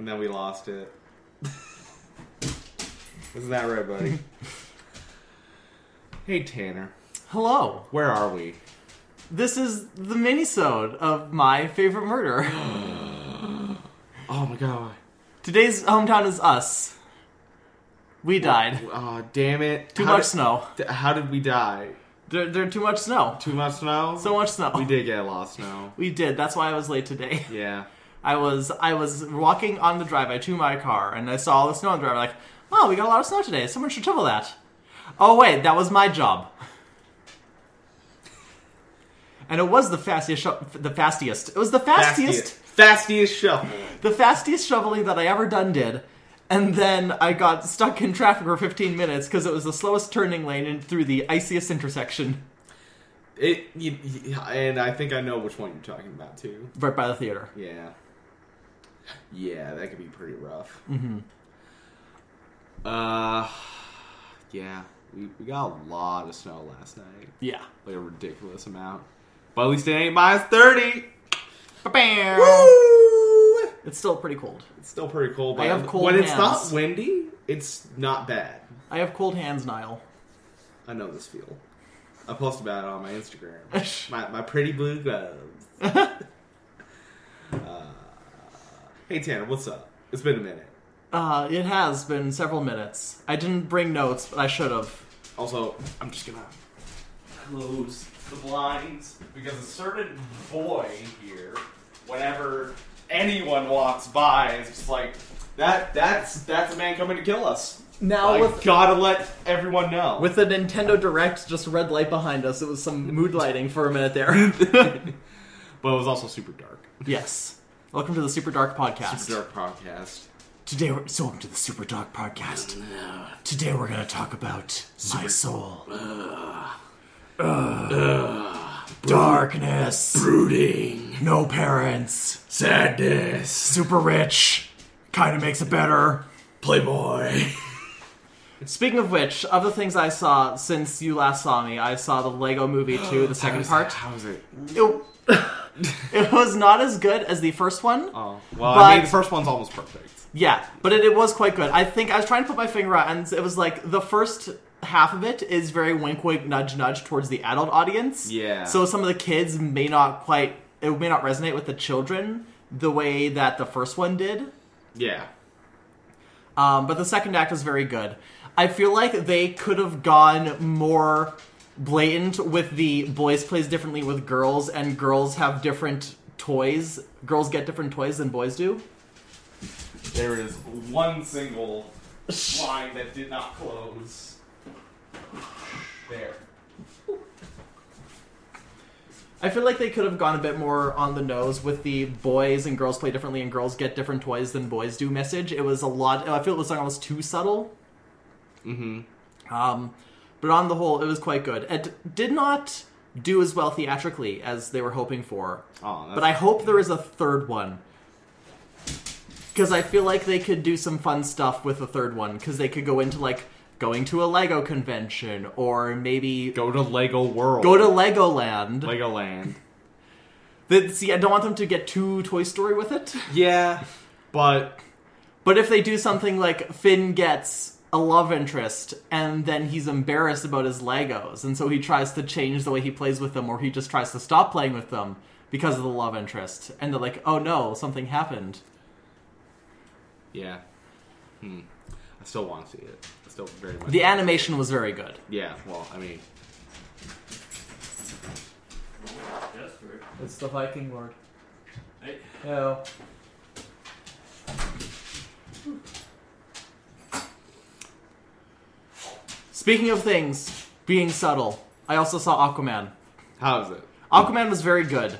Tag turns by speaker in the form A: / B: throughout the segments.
A: lost it. Isn't that right, buddy? hey, Tanner.
B: Hello.
A: Where are we?
B: This is the minisode of my favorite murder.
A: Oh my god.
B: Today's hometown is us. We died.
A: Aw, damn it.
B: Too
A: How
B: much
A: did-
B: snow.
A: th- How did we die?
B: There, there too much snow.
A: Too much snow?
B: So much snow.
A: we did get a lot of snow.
B: We did. That's why I was late today.
A: Yeah.
B: I was I was walking on the driveway to my car and I saw all the snow on the driveway. Like, oh, we got a lot of snow today. Someone should shovel that. Oh wait, that was my job. And it was the fastest, sho- the fastest. It was the fastest.
A: Fastiest shuffle.
B: the fastest shoveling that I ever done did. And then I got stuck in traffic for 15 minutes because it was the slowest turning lane and through the iciest intersection
A: It, you, you- and I think I know which one you're talking about, too.
B: right by the theater.
A: Yeah. Yeah, that could be pretty rough. Mm-hmm. Uh, yeah. We, we got a lot of snow last night.
B: Yeah.
A: Like a ridiculous amount. But at least it ain't minus 30!
B: Ba-bam!
A: Woo!
B: It's still pretty cold.
A: It's still pretty cold. But
B: I have cold
A: when it's not
B: hands.
A: windy, it's not bad.
B: I have cold hands, Niall.
A: I know this feel. I post about it on my Instagram. my, my pretty blue gloves. uh, hey Tanner, what's up? It's been a minute.
B: Uh, it has been several minutes. I didn't bring notes, but I should have.
A: Also, I'm just gonna close the blinds because a certain boy here, whenever anyone walks by, is just like that. That's that's a man coming to kill us.
B: Now
A: I
B: with-
A: gotta let everyone know.
B: With the Nintendo Direct just red light behind us, it was some mood lighting for a minute there.
A: but it was also super dark.
B: yes. Welcome to the Super Dark Podcast.
A: Super dark podcast.
B: Today, we're, so welcome to the Super Dog Podcast. Today, we're going to talk about my soul. Ugh. Darkness.
A: brooding,
B: No parents.
A: sadness,
B: Super rich. Kind of makes it better.
A: playboy.
B: Speaking of which, of the things I saw since you last saw me, I saw the Lego Movie 2, the second part.
A: How is it?
B: It, it was not as good as the first one.
A: Oh, well,
B: But-
A: I mean, the first one's almost perfect.
B: Yeah, but it, it was quite good. I think I was trying to put my finger out, and it was like the first half of it is very wink, wink, nudge, nudge towards the adult audience.
A: Yeah.
B: So some of the kids may not quite, it may not resonate with the children the way that the first one did.
A: Yeah.
B: Um, but the second act was very good. I feel like they could have gone more blatant with the boys plays differently with girls, and girls have different toys. Girls get different toys than boys do.
A: There is one single line that did not close. There.
B: I feel like they could have gone a bit more on the nose with the boys and girls play differently and girls get different toys than boys do message. It was a lot. I feel it was almost too subtle. Mm-hmm. Um, but on the whole, it was quite good. It did not do as well theatrically as they were hoping for.
A: Oh, that's-
B: but I hope there is a third one because I feel like they could do some fun stuff with the third one because they could go into like going to a Lego convention or maybe
A: Go to Lego World.
B: go to Legoland.
A: Legoland.
B: The, see, I don't want them to get too Toy Story with it.
A: yeah, but
B: But if they do something like Finn gets a love interest and then he's embarrassed about his Legos, and so he tries to change the way he plays with them, or he just tries to stop playing with them because of the love interest, and they're like, oh no, something happened.
A: yeah. Hmm. I still want to see it. I still very much.
B: The animation was very good.
A: Yeah. Well, I mean,
C: Yes, weird.
B: It's the Viking Lord.
C: Hey,
B: Oh. Speaking of things being subtle, I also saw Aquaman.
A: how is it?
B: Aquaman was very good.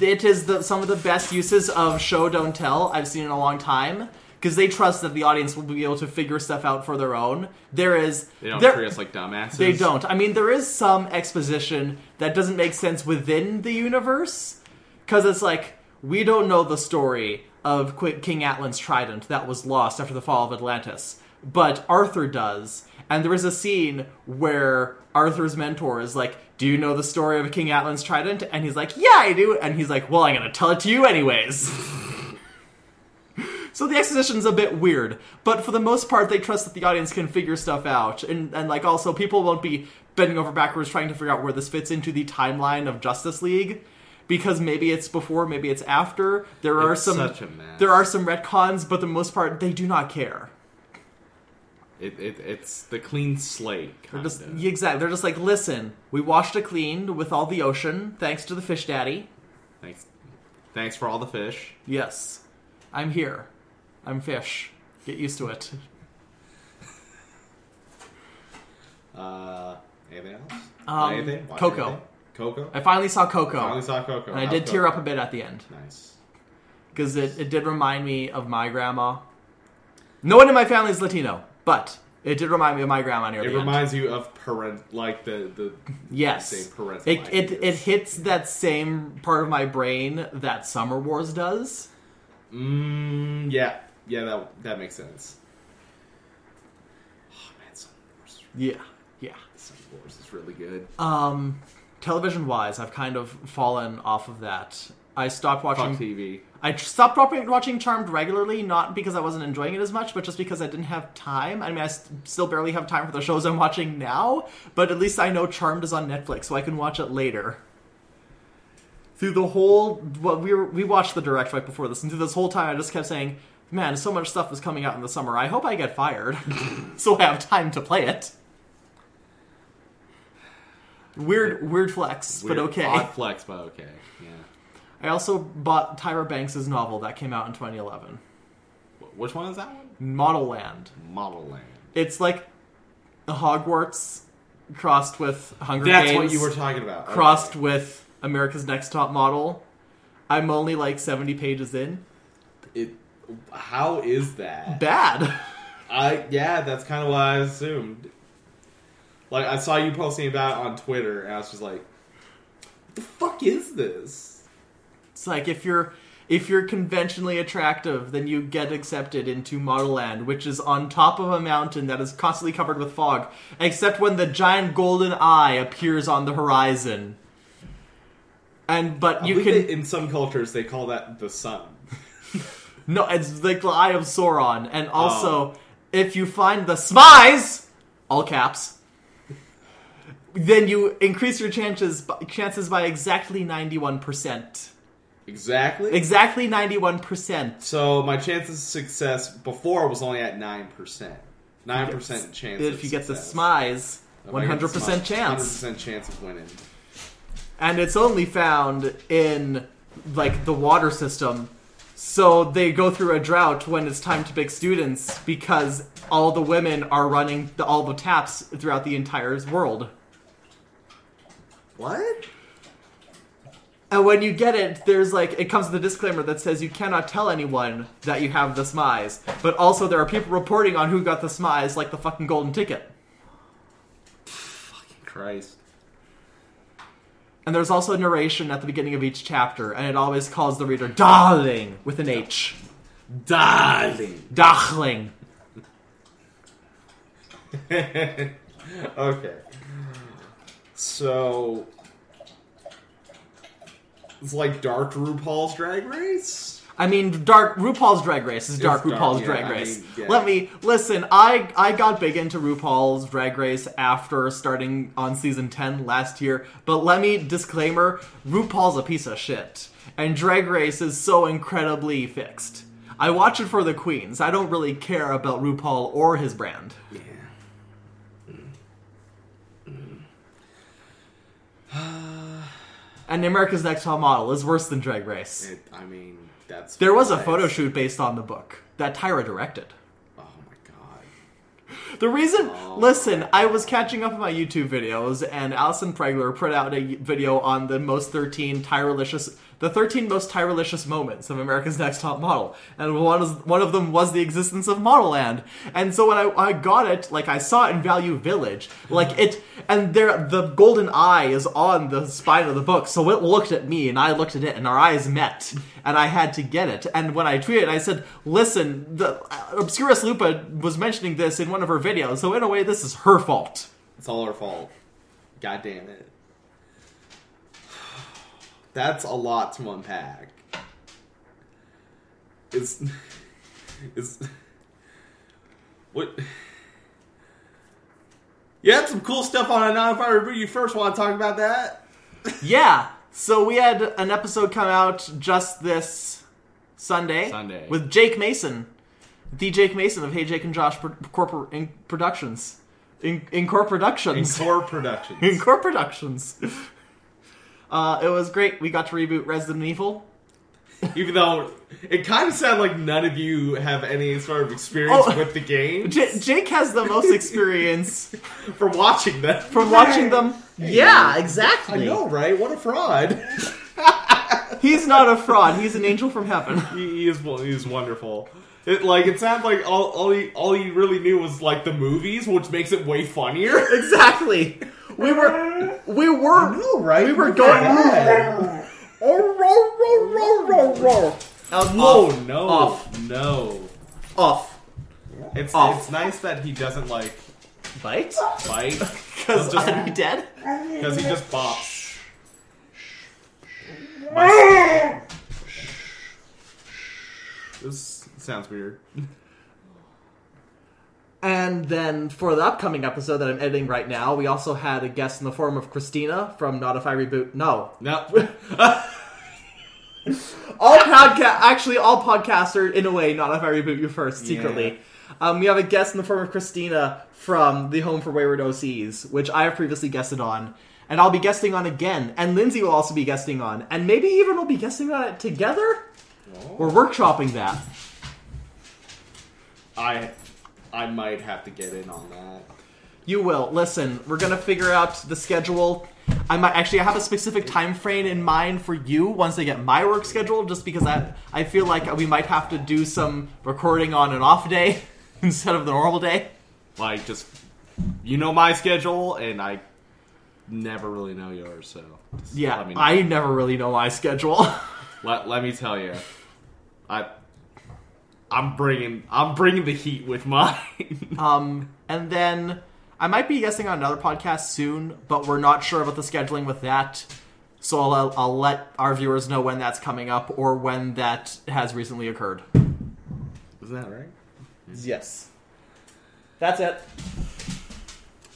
B: It is the, some of the best uses of show don't tell I've seen in a long time because they trust that the audience will be able to figure stuff out for their own. There is
A: They don't
B: there-
A: treat us like dumbasses.
B: they don't. I mean, there is some exposition that doesn't make sense within the universe because it's like we don't know the story of Qui- King Atlan's trident that was lost after the fall of Atlantis, but Arthur does. And there is a scene where Arthur's mentor is like, "Do you know the story of King Atlan's trident?" And he's like, "Yeah, I do." And he's like, "Well, I'm gonna tell it to you anyways." So the exposition's a bit weird, but for the most part, they trust that the audience can figure stuff out, and and like also people won't be bending over backwards trying to figure out where this fits into the timeline of Justice League, because maybe it's before, maybe it's after. There are
A: It's
B: some
A: such a mess.
B: there are some retcons, but for the most part, they do not care.
A: It, it, it's the clean slate.
B: They're
A: Kind
B: just
A: of.
B: yeah, exactly. They're just like, listen, we washed it clean with all the ocean, thanks to the fish daddy.
A: Thanks, thanks for all the fish.
B: Yes, I'm here. I'm fish. Get used to it.
A: Uh, anything else?
B: Um,
A: anything? Watch
B: Coco.
A: anything? Coco.
B: I finally saw Coco,
A: Finally saw Coco.
B: and I
A: How's
B: did tear
A: Coco?
B: up a bit at the end
A: Nice.
B: because it, it did remind me of my grandma. No one in my family is Latino, but it did remind me of my grandma near
A: It
B: the end.
A: reminds you of parent, like the the
B: Yes,
A: same parental.
B: it, it it
A: ideas.
B: hits that same part of my brain that Summer Wars does.
A: Mm, yeah, yeah, that that makes sense. Oh man, Sun Wars,
B: Yeah, yeah.
A: Sun Wars is really good.
B: Um, television wise, I've kind of fallen off of that. I stopped
A: Fuck
B: watching.
A: TV.
B: I tr- stopped watching, watching Charmed regularly, not because I wasn't enjoying it as much, but just because I didn't have time. I mean, I st- still barely have time for the shows I'm watching now, but at least I know Charmed is on Netflix, so I can watch it later. Through the whole, well, we were, we watched the direct right before this, and through this whole time, I just kept saying, "Man, so much stuff is coming out in the summer. I hope I get fired, so I have time to play it." Weird, weird flex,
A: Weird,
B: but okay.
A: Odd flex, but okay. Yeah.
B: I also bought Tyra Banks' novel that came out in 2011,
A: Wh- Which one is that one?
B: Model Land.
A: Model Land.
B: It's like Hogwarts crossed with Hunger
A: That's
B: Games,
A: what you were talking about. Okay.
B: crossed with America's Next Top Model. I'm only like 70 pages in.
A: It. How is that?
B: Bad.
A: I yeah, that's kind of what I assumed. Like I saw you posting about it on Twitter, and I was just like, "What the fuck is this?"
B: It's like if you're if you're conventionally attractive, then you get accepted into Model Land, which is on top of a mountain that is constantly covered with fog, except when the giant golden eye appears on the horizon. And but
A: I
B: you
A: believe
B: can
A: they- in some cultures they call that the sun.
B: No, it's like the Eye of Sauron. And
A: Oh.
B: also, if you find the spies, all caps, then you increase your chances chances by exactly 91%.
A: Exactly.
B: Exactly 91%.
A: so my chances of success before was only at nine percent. Nine percent chance.
B: If
A: of
B: you get the
A: success.
B: spies,
A: If I get the
B: 100%
A: Hundred
B: chance.
A: percent chance of winning.
B: and it's only found in like the water system. So they go through a drought when it's time to pick students because all the women are running the, all the taps throughout the entire world.
A: What?
B: And when you get it, there's like it comes with a disclaimer that says you cannot tell anyone that you have the smize. But also there are people reporting on who got the smize, like the fucking golden ticket.
A: Christ.
B: And there's also a narration at the beginning of each chapter, and it always calls the reader darling with an H.
A: Darling.
B: Dachling.
A: okay. So it's like dark RuPaul's Drag Race.
B: I mean, dark RuPaul's Drag Race is dark
A: dark,
B: RuPaul's
A: yeah,
B: Drag
A: I
B: Race.
A: mean, yeah.
B: Let me listen. I I got big into RuPaul's Drag Race after starting on season ten last year, but let me disclaimer: RuPaul's a piece of shit, and Drag Race is so incredibly fixed. I watch it for the queens. I don't really care about RuPaul or his brand.
A: Yeah.
B: And America's Next Top Model is worse than Drag Race.
A: It, I mean, that's
B: There was a
A: nice.
B: photo shoot based on the book that Tyra directed.
A: Oh my god.
B: The reason,
A: Oh.
B: listen, I was catching up on my YouTube videos, and Allison Pregler put out a video on the most 13 tirelicious, the 13 most tirelicious moments of America's Next Top Model, and one is one of them was the existence of Model Land. And so when I, I got it, like I saw it in Value Village, like it, and there the golden eye is on the spine of the book, so it looked at me and I looked at it, and our eyes met, and I had to get it. And when I tweeted, I said, "Listen, the uh, Obscurus Lupa was mentioning this in one of her videos, so in a way, this is her fault."
A: It's all our fault. God damn it. That's a lot to unpack. It's It's what? You had some cool stuff on a non-fire review. You first want to talk about that?
B: Yeah. So we had an episode come out just this Sunday.
D: Sunday.
B: With Jake Mason, the Jake Mason of Hey Jake and Josh Pro- Corpor- in- Productions, in, in Corp
A: In
B: Productions,
A: core productions.
B: in Corp Productions. Uh, it was great. We got to reboot Resident Evil.
A: Even though it kind of sounded like none of you have any sort of experience
B: Oh.
A: with the game
B: J- Jake has the most experience
A: from watching them.
B: from watching them. Yeah,
A: I
B: exactly.
A: know, right? What a fraud.
B: He's not a fraud. He's an angel from heaven.
A: he, he is wo- he is wonderful. It like it sounds like all all he, all he really knew was like the movies, which makes it way funnier.
B: Exactly. We were, we were,
A: right?
B: We were going- Oh, Um,
A: Oh
B: off,
A: no,
B: off,
A: no.
B: off.
A: It's
B: Off.
A: it's nice that he doesn't like
B: Bite?
A: bite
B: Because
A: He'll just-
B: I'd be dead.
A: because he just bops. This sounds weird.
B: And then for the upcoming episode that I'm editing right now, we also had a guest in the form of Christina from Not If I Reboot. No,
A: No,
B: all podcast actually all podcasts are in a way not if I reboot you first secretly. Um, we have a guest in the form of Christina from the Home for Wayward OCs, which I have previously guested on, and I'll be guesting on again, and Lindsay will also be guesting on, and maybe even we'll be guesting on it together. We're workshopping that.
A: I I might have to get in on that.
B: You will. Listen, we're gonna figure out the schedule. I might actually I have a specific time frame in mind for you once I get my work schedule, just because I I feel like we might have to do some recording on an off day instead of the normal day.
A: Like just you know my schedule, and I never really know yours. So just
B: Yeah,
A: let me know.
B: I never really know my schedule.
A: let, let me tell you, I I'm bringing I'm bringing the heat with mine.
B: um, and then I might be guessing on another podcast soon, but we're not sure about the scheduling with that. So I'll, I'll let our viewers know when that's coming up or when that has recently occurred.
A: Isn't that right?
B: Yes. That's it.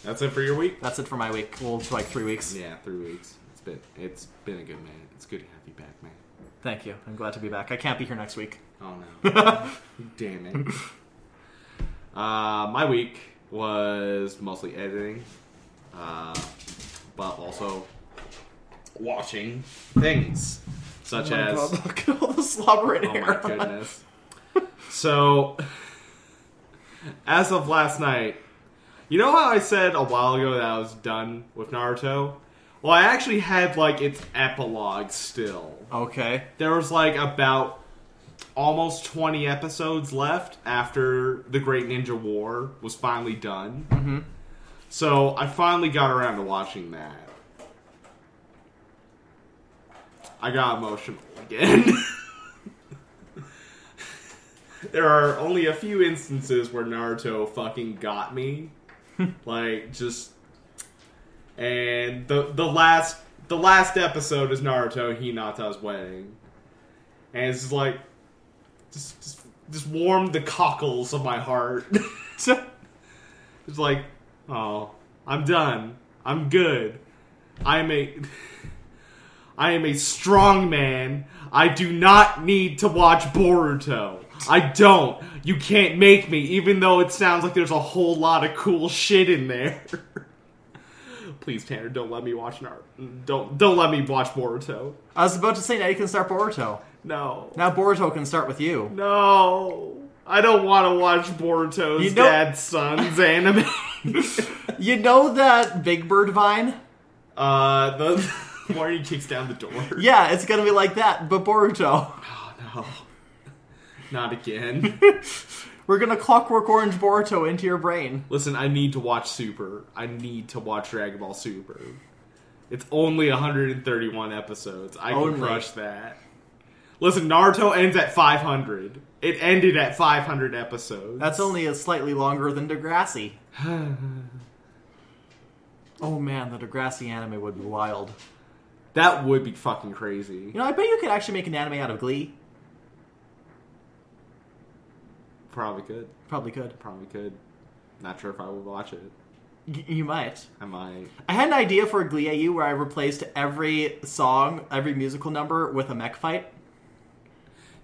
A: That's it for your week.
B: That's it for my week. Well, it's like three weeks.
A: Yeah, three weeks. It's been it's been a good man. It's good to have you back, man.
B: Thank you. I'm glad to be back. I can't be here next week.
A: Oh no. Damn it. Uh, my week was mostly editing, uh, but also watching things such
B: Oh my
A: as.
B: God, look at all the slobber in
A: Oh
B: here.
A: my goodness. so, as of last night, you know how I said a while ago that I was done with Naruto? Well, I actually had like its epilogue still.
B: Okay.
A: There was like about almost 20 episodes left after the Great Ninja War was finally done. Mm-hmm. So, I finally got around to watching that. I got emotional again. there are only a few instances where Naruto fucking got me. like just and the the last the last episode is Naruto Hinata's wedding. And it's just like just just, just warmed the cockles of my heart. It's like, oh, I'm done. I'm good. I am a I am a strong man. I do not need to watch Boruto. I don't. You can't make me, even though it sounds like there's a whole lot of cool shit in there. Please, Tanner, don't let me watch Nar- don't don't let me watch Boruto.
B: I was about to say now you can start Boruto.
A: No,
B: Now Boruto can start with you.
A: no, I don't want to watch Boruto's
B: You don't-
A: dad's son's anime.
B: You know that Big Bird vine?
A: Uh, the Mario kicks down the door.
B: Yeah, it's gonna be like that, but Boruto.
A: Oh no, not again.
B: We're gonna clockwork orange Boruto into your brain.
A: Listen, I need to watch Super. I need to watch Dragon Ball Super. It's only 131 episodes. I
B: Only.
A: can crush that. Listen, Naruto ends at 500. It ended at 500 episodes.
B: That's only a slightly longer than Degrassi. oh man, the Degrassi anime would be wild.
A: that would be fucking crazy.
B: You know, I bet you could actually make an anime out of Glee.
A: Probably could.
B: Probably could.
A: Probably could. Not sure if I would watch it.
B: Y- you might.
A: I might.
B: I had an idea for a Glee AU where I replaced every song, every musical number with a mech fight.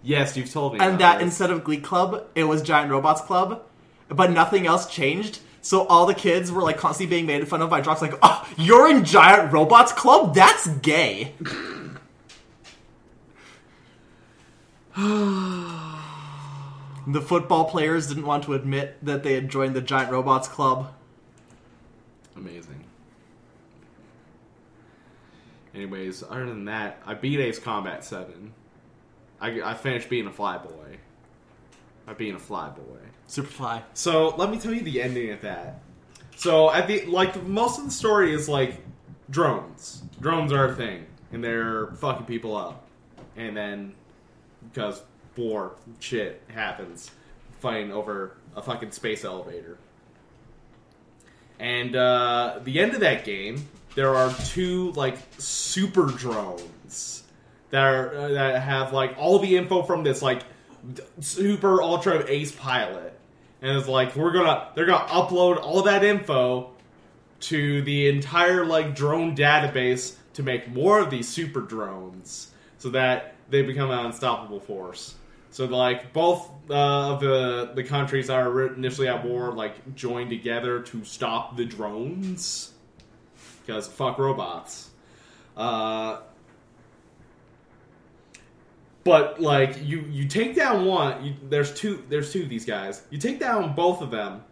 A: Yes, you've told me.
B: and
A: about
B: that
A: this.
B: instead of Glee Club, it was Giant Robots Club, but nothing else changed. So all the kids were like constantly being made fun of by Jock's like, oh, you're in Giant Robots Club? That's gay. the football players didn't want to admit that they had joined the Giant Robots Club.
A: Amazing. Anyways, other than that, I beat Ace Combat 7. I, I finished being a fly boy. I being a fly boy.
B: Superfly.
A: So let me tell you the ending of that. So at the like most of the story is like drones. Drones are a thing, and they're fucking people up. And then because war shit happens, fighting over a fucking space elevator. And uh, the end of that game, there are two like super drones that are uh, that have like all the info from this like d- super ultra ace pilot, and it's like we're gonna they're gonna upload all that info to the entire like drone database to make more of these super drones so that they become an unstoppable force. So like both uh, of the the countries that are initially at war like join together to stop the drones because fuck robots. Uh, but like you you take down one, you, there's two there's two of these guys. You take down both of them,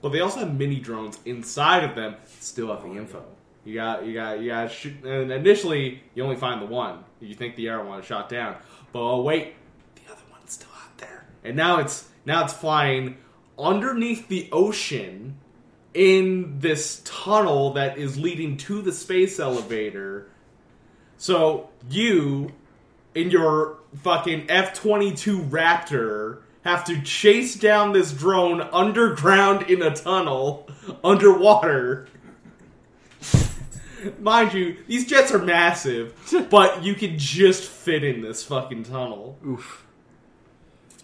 A: but they also have mini drones inside of them. Still have the info. You got you got you got to shoot. And initially, you only find the one. You think the other one is shot down, but oh wait, the other one's still out there. And now it's now it's flying underneath the ocean in this tunnel that is leading to the space elevator. So you in your fucking F 22 Raptor have to chase down this drone underground in a tunnel underwater. Mind you, these jets are massive, but you can just fit in this fucking tunnel.
B: Oof.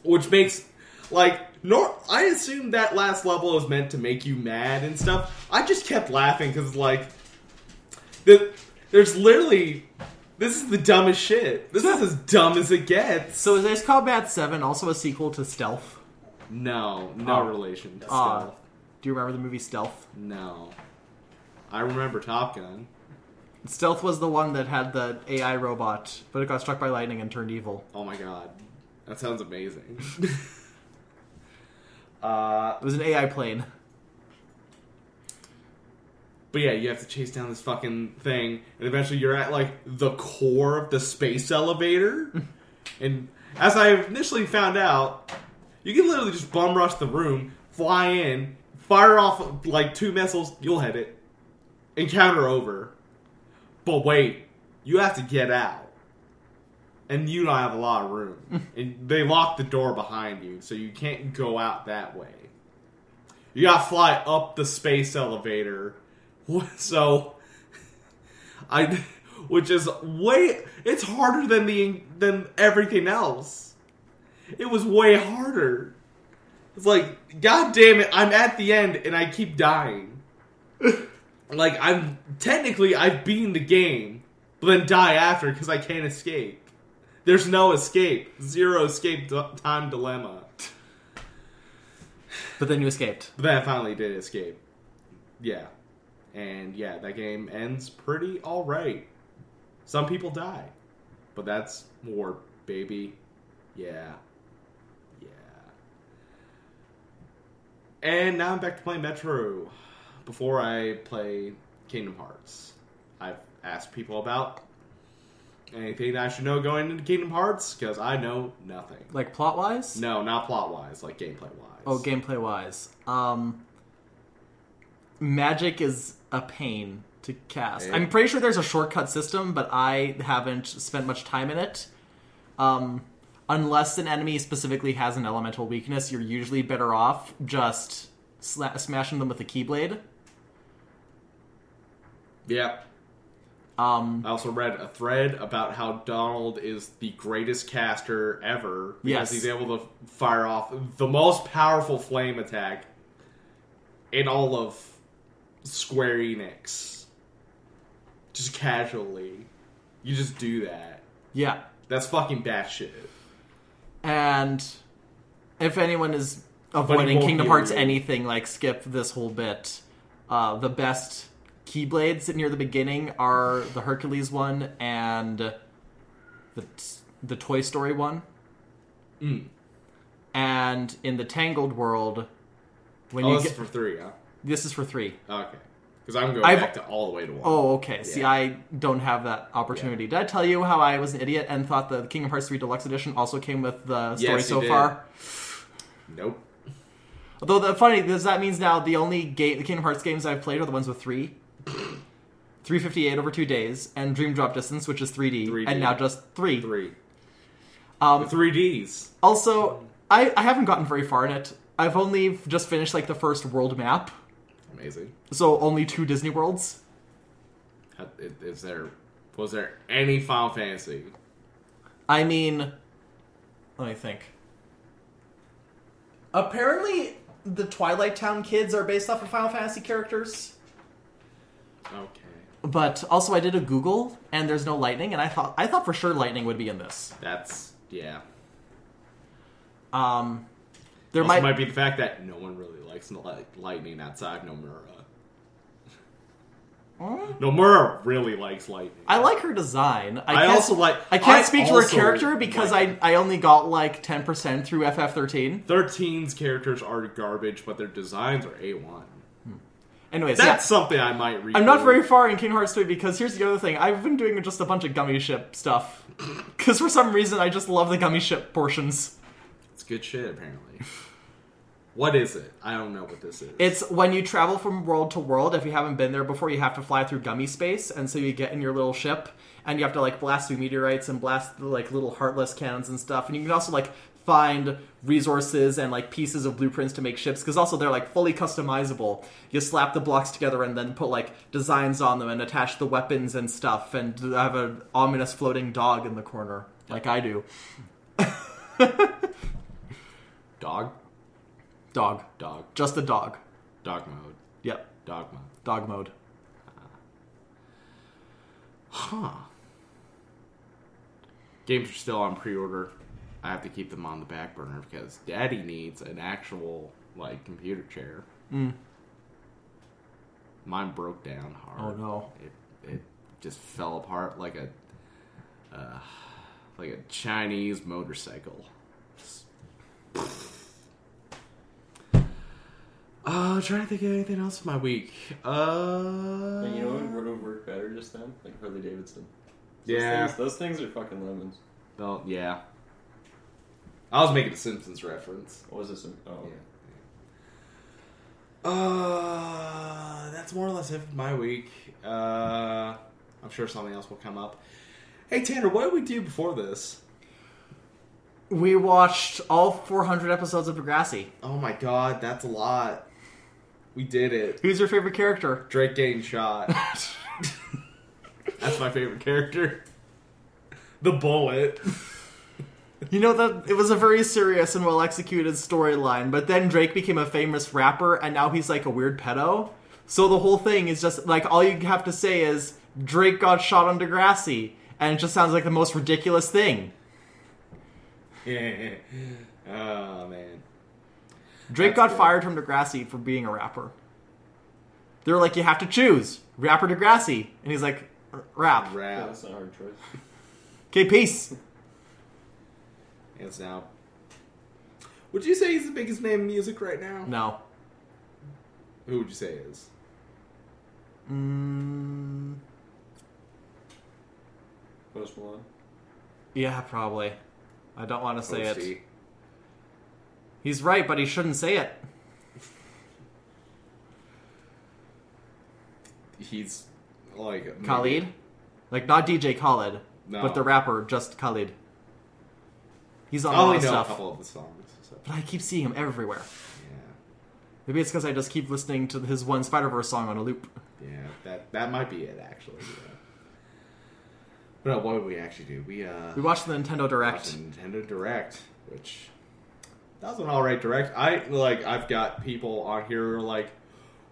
A: Which makes, like, nor I assume that last level is meant to make you mad and stuff. I just kept laughing because, like, the, there's literally. This is the dumbest shit. This is as dumb as it gets.
B: So is Ace Combat 7 also a sequel to Stealth?
A: no, no
B: Oh.
A: relation to
B: Ah.
A: stealth.
B: Do you remember the movie Stealth?
A: No, I remember Top Gun.
B: Stealth was the one that had the AI robot, but it got struck by lightning and turned evil.
A: Oh my god, that sounds amazing. uh,
B: It was an AI plane.
A: But yeah, you have to chase down this fucking thing, and eventually you're at like the core of the space elevator. and as I initially found out, you can literally just bum rush the room, fly in, fire off like two missiles, you'll hit it, encounter over. But wait, you have to get out, and you don't have a lot of room, and they lock the door behind you, so you can't go out that way. You gotta fly up the space elevator so I which is way it's harder than the than everything else. It was way harder. It's like god damn it, I'm at the end and I keep dying. like I'm technically I've beaten the game, but then die after cuz I can't escape. There's no escape. Zero escape d- time dilemma.
B: But then you escaped.
A: But then I finally did escape. Yeah. And yeah, that game ends pretty alright. Some people die. But that's war, baby. Yeah. Yeah. And now I'm back to playing Metro. Before I play Kingdom Hearts, I've asked people about anything I should know going into Kingdom Hearts because I know nothing.
B: Like plot wise?
A: No, not plot wise, like gameplay wise.
B: Oh, gameplay wise. Um Magic is a pain to cast.
A: Yeah.
B: I'm pretty sure there's a shortcut system, but I haven't spent much time in it. Um unless an enemy specifically has an elemental weakness, you're usually better off just sla- smashing them with a keyblade.
A: Yep.
B: Um,
A: I also read a thread about how Donald is the greatest caster ever because
B: Yes.
A: he's able to fire off the most powerful flame attack in all of Square Enix. Just casually. You just do that.
B: yeah.
A: That's fucking batshit.
B: And if anyone is
A: he
B: avoiding
A: won't
B: Kingdom
A: heal
B: Hearts
A: you.
B: anything, like skip this whole bit. Uh, the best keyblades near the beginning are the Hercules one and the the Toy Story one.
A: Mm.
B: And in the Tangled world, when
A: Oh,
B: you
A: that's
B: get
A: for three, huh?
B: this is for three.
A: Okay. Because I'm going
B: I've-
A: back to all the way to one.
B: Oh, okay. See,
A: Yeah.
B: I don't have that opportunity. Did I tell you how I was an idiot and thought the Kingdom Hearts 3 Deluxe Edition also came with the story
A: Yes, you
B: so
A: did.
B: far?
A: Nope.
B: Although the funny is that means now the only game, the Kingdom Hearts games I've played are the ones with three. 358 over two days, and Dream Drop Distance, which is 3D,
A: 3D.
B: and now just three.
A: Three. The
B: Um,
A: three Ds.
B: also, I, I haven't gotten very far in it. I've only just finished like the first world map,
A: Amazing.
B: so only two Disney worlds.
A: How- i- Is there was there any Final Fantasy?
B: I mean, let me think. Apparently, the Twilight Town kids are based off of Final Fantasy characters.
A: Okay,
B: But also, I did a Google, and there's no lightning, and I thought I thought for sure lightning would be in this.
A: that's yeah.
B: Um, there
A: There might,
B: might,
A: be the fact that no one really likes li- lightning outside Nomura.
B: Hmm?
A: Nomura really likes lightning.
B: I like her design. I,
A: I
B: can't-
A: also like.
B: I can't speak to her
A: also
B: character because
A: like-
B: I I only got like ten percent through FF13.
A: 13's characters are garbage, but their designs are a one.
B: Anyways,
A: That's
B: yeah.
A: something I might read.
B: I'm not very far in Kingdom Hearts 3 because here's the other thing. I've been doing just a bunch of gummy ship stuff. Because for some reason, I just love the gummy ship portions.
A: It's good shit apparently. What is it? I don't know what this is.
B: It's when you travel from world to world, if you haven't been there before, you have to fly through gummy space. And so you get in your little ship and you have to like blast through meteorites and blast the like little heartless cannons and stuff. And you can also like find resources and like pieces of blueprints to make ships because also they're like fully customizable. You slap the blocks together and then put like designs on them and attach the weapons and stuff and have an ominous floating dog in the corner like I do.
A: dog,
B: Dog.
A: dog,
B: Just a dog.
A: dog mode,
B: Yep.
A: dog mode.
B: Dog mode.
A: Huh. Games are still on pre-order. I have to keep them on the back burner because Daddy needs an actual like computer chair.
B: Mm.
A: Mine broke down hard.
B: Oh, no.
A: It it just fell apart like a uh, like a Chinese motorcycle. Uh, trying to think of anything else for my week. Uh,
E: And you know what would have worked better just then? Like Harley Davidson. Those
A: yeah,
E: Things, those things are fucking lemons.
A: Well, yeah. I was making a Simpsons reference.
E: What was this? in- Oh.
A: Uh, that's more or less it for my week. Uh, I'm sure something else will come up. Hey Tanner, what did we do before this?
B: We watched all 400 episodes of Degrassi.
A: Oh my god, that's a lot. We did it.
B: Who's your favorite character?
A: Drake getting shot. that's my favorite character. The bullet.
B: You know that it was a very serious and well executed storyline, but then Drake became a famous rapper and now he's like a weird pedo. So the whole thing is just like all you have to say is Drake got shot on Degrassi, and it just sounds like the most ridiculous thing.
A: oh man.
B: Drake
A: That's
B: got
A: good.
B: fired from Degrassi for being a rapper. They were like, you have to choose rapper Degrassi, and he's like, "R- rap.
E: Yeah,
A: Rap.
E: that's not a hard choice.
B: Okay, peace.
A: Hands now. Would you say he's the biggest name in music right now?
B: No.
A: Who would you say is?
B: Mm,
E: Post Malone.
B: yeah, probably. I don't want to say it.
A: OC.
B: He's right, but he shouldn't say it.
A: He's like
B: Khalid? Like, not DJ Khalid,
A: No.
B: but the rapper, just Khalid. He's on
A: Oh, I
B: a lot
A: only
B: of
A: know a
B: stuff.
A: couple of the songs. So,
B: But I keep seeing him everywhere.
A: yeah,
B: Maybe it's because I just keep listening to his one Spider Verse song on a loop.
A: yeah. That that might be it actually. Yeah. No, what did we actually do? We uh
B: We watched the Nintendo Direct.
A: watched a Nintendo Direct, which that was an all right Direct. I like I've got people on here who are like,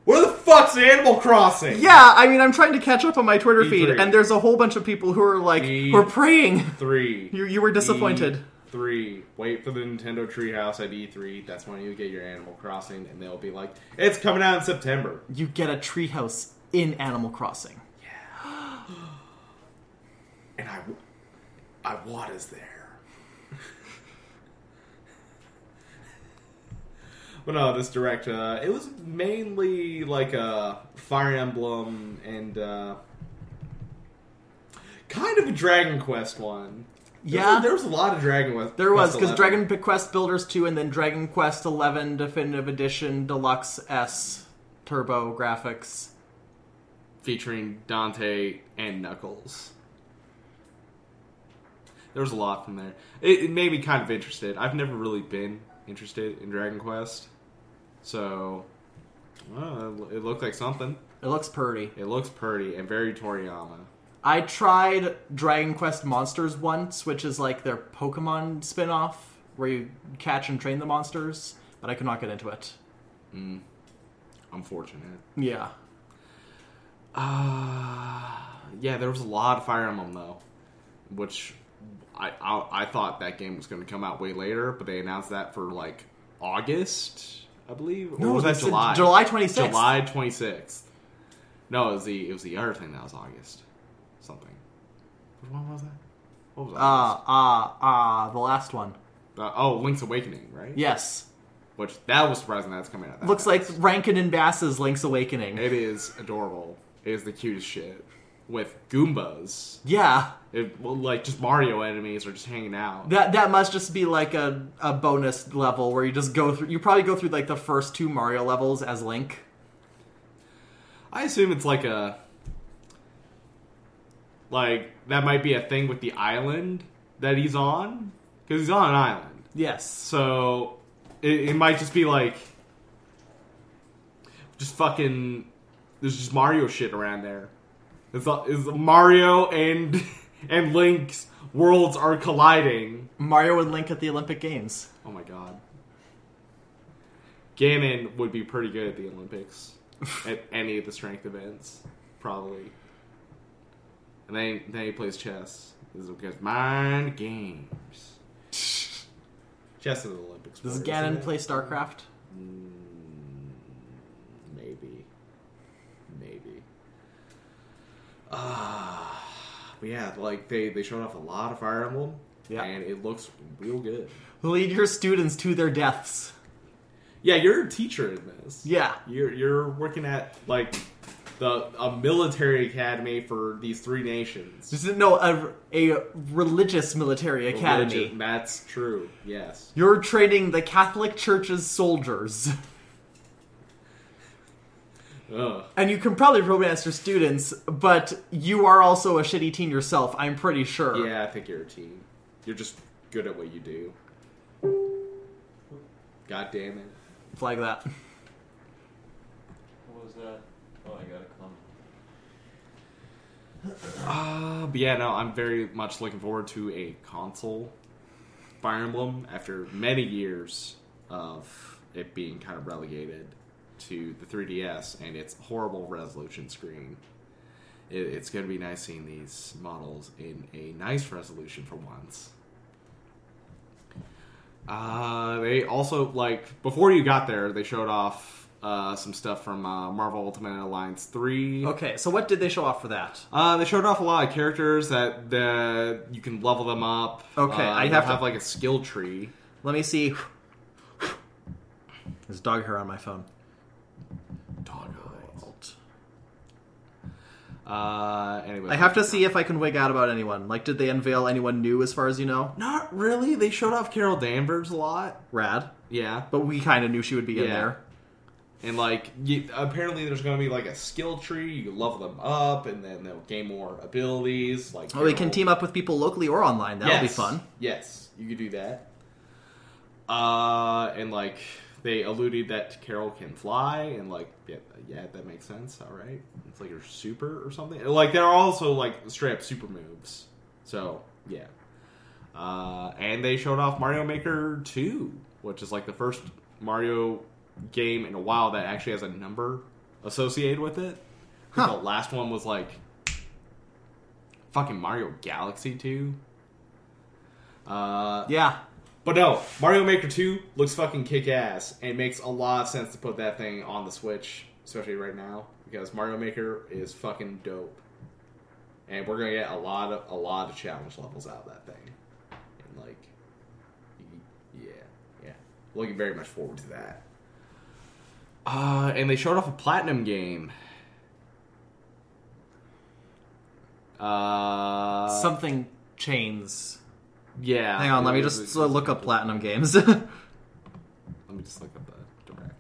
A: where the fuck's Animal Crossing?
B: Yeah, I mean, I'm trying to catch up on my Twitter feed,
A: E3.
B: and there's a whole bunch of people who are like,
A: E-
B: "We're praying."
A: three. E
B: You you were disappointed.
A: Three. Wait for the Nintendo Treehouse at E3. That's when you get your Animal Crossing, and they'll be like, "It's coming out in September."
B: You get a treehouse in Animal Crossing.
A: And I, I want is there. but no, this direct. Uh, it was mainly like a Fire Emblem and uh, kind of a Dragon Quest one. There was a-
B: Yeah.
A: there was a lot of Dragon Quest.
B: There was
A: Quest
B: because
A: 11.
B: Dragon Quest Builders 2 and then Dragon Quest 11 Definitive Edition Deluxe S Turbo graphics.
A: featuring Dante and Knuckles. There was a lot from there. It, it made me kind of interested. I've never really been interested in Dragon Quest, so well, it it looked like something.
B: It looks pretty.
A: It looks pretty and very Toriyama.
B: I tried Dragon Quest Monsters once, which is like their Pokemon spin-off where you catch and train the monsters, but I could not get into it.
A: Unfortunate.
B: Yeah.
A: Uh, yeah, there was a lot of Fire Emblem though, which I I, I thought that game was going to come out way later, but they announced that for like August, I believe, or was
B: they
A: that
B: said
A: July?
B: July 26th.
A: July twenty sixth. No, it was the it was the other thing that was August, something. Which one was that? What was
B: Ah,
A: August?
B: ah, ah, the last one.
A: Uh, oh, Link's Awakening, right?
B: Yes.
A: Which that was surprising that's coming out. That
B: Looks like
A: fast.
B: Rankin and Bass's Link's Awakening.
A: it is adorable. It is the cutest shit with Goombas.
B: Yeah.
A: It, well, like just Mario enemies are just hanging out.
B: That that must just be like a, a bonus level where you just go through. You probably go through like the first two Mario levels as Link.
A: I assume it's like a like that might be a thing with the island that he's on because he's on an island.
B: Yes.
A: So it, it might just be like just fucking there's just Mario shit around there. It's, a- it's Mario and and Link's worlds are colliding.
B: Mario and Link at the Olympic Games.
A: Oh my god. Ganon would be pretty good at the Olympics. at any of the strength events, probably. And then, then he plays chess. This is because mind games. Chess is the Olympics.
B: Does
A: sport, isn't
B: Ganon
A: it?
B: play StarCraft?
A: Maybe. Maybe. Uh, but yeah, like they, they showed off a lot of Fire Emblem.
B: Yeah.
A: And it looks real good.
B: Lead your students to their deaths.
A: Yeah, you're a teacher in this.
B: Yeah.
A: You're you're working at like the a military academy for these three nations.
B: Just no a, a religious military academy.
A: Religion- That's true. Yes.
B: You're training the Catholic Church's soldiers,
A: Ugh.
B: and you can probably romance your students, but you are also a shitty teen yourself. I'm pretty sure.
A: Yeah, I think you're a team. You're just good at what you do. God damn it.
B: Flag that.
E: What was that? Oh, I got a comment.
A: Uh, but yeah, no, I'm very much looking forward to a console Fire Emblem after many years of it being kind of relegated to the 3DS and its horrible resolution screen. It, it's going to be nice seeing these models in a nice resolution for once. Uh, they also like before you got there, they showed off uh, some stuff from uh, Marvel Ultimate Alliance three.
B: Okay, so what did they show off for that?
A: Uh, they showed off a lot of characters that the you can level them up.
B: Okay,
A: uh,
B: I
A: they'll
B: have to-
A: have like a skill tree.
B: Let me see. There's dog hair on my phone.
A: Dog Uh, anyway,
B: I have to see if I can wig out about anyone. Like, did they unveil anyone new as far as you know?
A: Not really. They showed off Carol Danvers a lot.
B: Rad.
A: Yeah,
B: But we kind of knew she would be in
A: Yeah.
B: there.
A: and like you, apparently there's gonna be like a skill tree. You can level them up, and then they'll gain more abilities. Like
B: Oh, we can team up with people locally or online. That'll be
A: Yes.
B: fun.
A: Yes, you could do that. Uh, and like they alluded that Carol can fly, and like yeah, yeah, that makes sense. All right, it's like her super or something. Like they're also like straight up super moves. So yeah, uh, and they showed off Mario Maker Two, which is like the first Mario game in a while that actually has a number associated with it. I think
B: Huh.
A: The last one was like fucking Mario Galaxy Two. Uh,
B: Yeah.
A: but no, Mario Maker 2 looks fucking kick ass and makes a lot of sense to put that thing on the Switch, especially right now, because Mario Maker is fucking dope. And we're gonna get a lot of a lot of challenge levels out of that thing. And like y- yeah, yeah. Looking very much forward to that. Uh and they showed off a platinum game. Uh
B: Something chains.
A: yeah.
B: Hang on, let me just uh, look up platinum games. Let
A: Let me just look up the direct.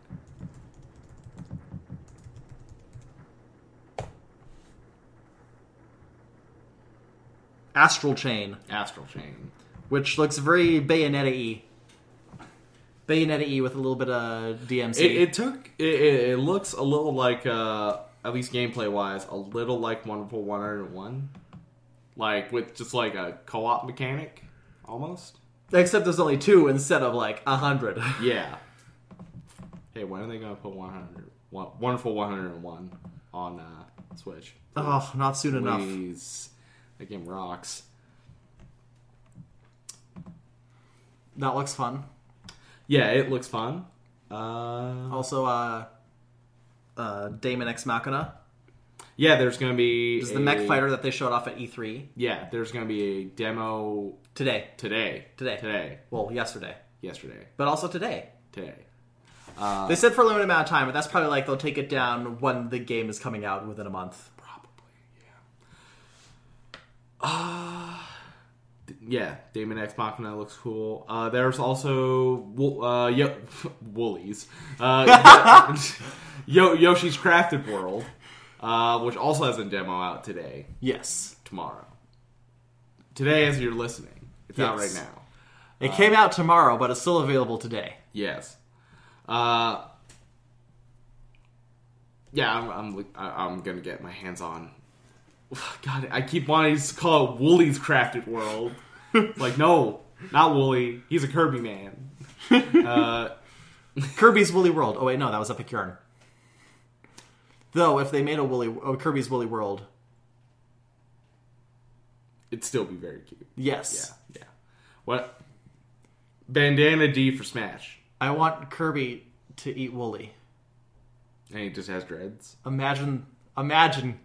B: Astral Chain,
A: Astral Chain.
B: which looks very Bayonetta y. Bayonetta y with a little bit of DMC.
A: It, it took. It, it, it looks a little like, uh, at least gameplay wise, a little like Wonderful 101. Like, with just like a co op mechanic, almost.
B: Except there's only two instead of like a hundred.
A: Yeah. Hey, when are they going to put 100, one, Wonderful 101 on uh, Switch?
B: Oh, not soon enough.
A: Please. That game rocks.
B: That looks fun.
A: Yeah, it looks fun. Uh,
B: Also, uh, uh, Damon X Machina
A: yeah, there's going to be.
B: is the
A: a-
B: mech fighter that they showed off at E E3
A: Yeah, there's going to be a demo
B: today.
A: today.
B: Today.
A: Today.
B: Well, yesterday,
A: Yesterday.
B: but also today.
A: Today.
B: They said for a limited amount of time, but that's probably like they'll take it down when the game is coming out within a month.
A: Probably, yeah. Uh, yeah, Damon X Machina looks cool. Uh, there's also Wo- uh, Yo- Woolies. Uh, Yo- Yoshi's Crafted World, uh, which also has a demo out today,
B: Yes,
A: tomorrow. Today, as you're listening, it's out right
B: Yes.
A: now.
B: it came out tomorrow, but it's still available today.
A: Yes. Uh, yeah, I'm, I'm, I- I'm gonna get my hands on. God, I keep wanting to call it Wooly's Crafted World. like, no, not Wooly. He's a Kirby man. Uh,
B: Kirby's Woolly World. Oh wait, no, that was Epicurean. Though, if they made a Woolly oh, Kirby's Woolly World,
A: it'd still be very cute. Yeah,
B: yes,
A: yeah. What? Bandana D for Smash.
B: I want Kirby to eat Woolly.
A: And he just has dreads.
B: Imagine, imagine.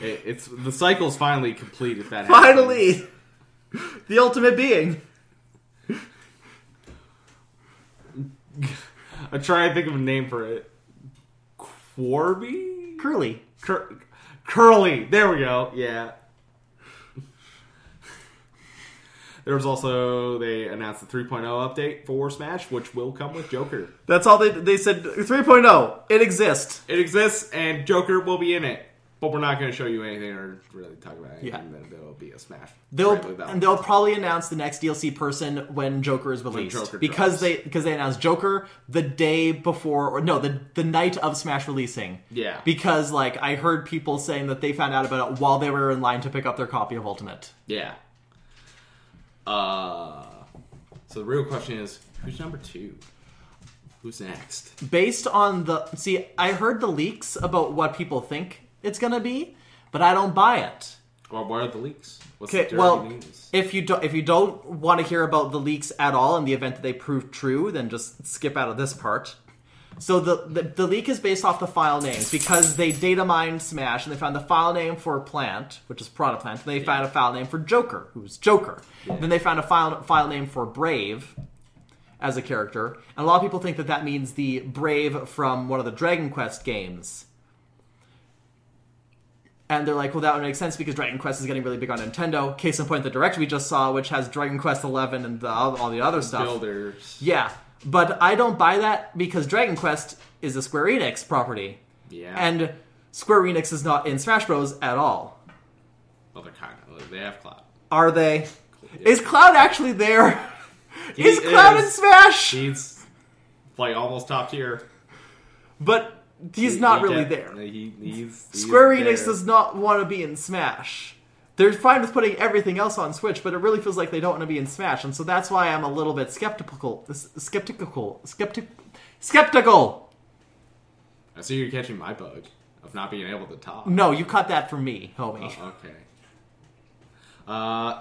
A: It, it's the cycle's finally complete. If that happens.
B: Finally, the ultimate being.
A: I'm trying to think of a name for it. Quarby?
B: Curly.
A: Cur- Curly. There we go. Yeah. There was also they announced the 3.0 update for Smash, which will come with Joker.
B: That's all they they said. 3.0. It exists.
A: It exists, and Joker will be in it, but we're not going to show you anything or really talk about anything.
B: Yeah.
A: Then There will be a Smash.
B: They'll
A: directly about
B: and they'll probably announce the next DLC person when Joker is released
A: Joker drops.
B: because they because they announced Joker the day before or no the the night of Smash releasing.
A: Yeah.
B: Because like I heard people saying that they found out about it while they were in line to pick up their copy of Ultimate.
A: Yeah. Uh. So the real question is, who's number two? Who's next?
B: Based on the see, I heard the leaks about what people think it's gonna be, but I don't buy it.
A: Well, what are the leaks? What's the
B: Okay,
A: dirty
B: well,
A: news?
B: if you don't if you don't want to hear about the leaks at all in the event that they prove true, then just skip out of this part. So the, the the leak is based off the file names because they data mined Smash and they found the file name for Plant, which is Prada Plant, and they found a file name for Joker, who's Joker. Then they found a file file name for Brave as a character, and a lot of people think that that means the Brave from one of the Dragon Quest games. And they're like, well, that would make sense because Dragon Quest is getting really big on Nintendo. Case in point, the direct we just saw, which has Dragon Quest XI and the, all, all the other stuff.
A: Builders.
B: Yeah, but I don't buy that because Dragon Quest is a Square Enix property,
A: Yeah.
B: and Square Enix is not in Smash Bros. at all.
A: well, they're kind of. They have clout.
B: Are they? Is Cloud actually there? Is
A: He
B: Cloud in
A: is.
B: Smash?
A: He's like almost top tier.
B: but he's not
A: He
B: really
A: get-
B: there.
A: He, he's, he's
B: Square Enix
A: there.
B: does not want to be in Smash. They're fine with putting everything else on Switch, but it really feels like they don't want to be in Smash, and so that's why I'm a little bit skeptical, skeptical, skeptic, skeptical.
A: I see you're catching my bug of not being able to talk.
B: No, you cut that from me, homie.
A: Oh, okay. Uh,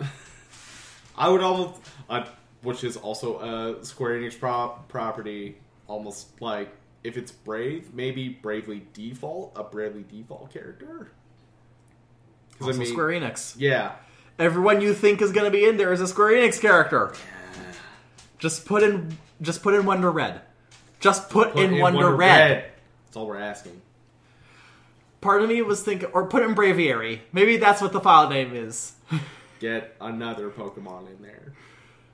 A: I would almost, uh, which is also a Square Enix pro- property, almost like if it's Brave, maybe Bravely Default, a Bravely Default character. 'Cause
B: Also Square Enix.
A: yeah,
B: Everyone you think is going to be in there is a Square Enix character. Just put in, just put in Wonder Red. Just put,
A: Put
B: in, Wonder, Red.
A: That's all we're asking.
B: Part of me was thinking, or put in Braviary. Maybe that's what the file name is.
A: Get another Pokemon in there.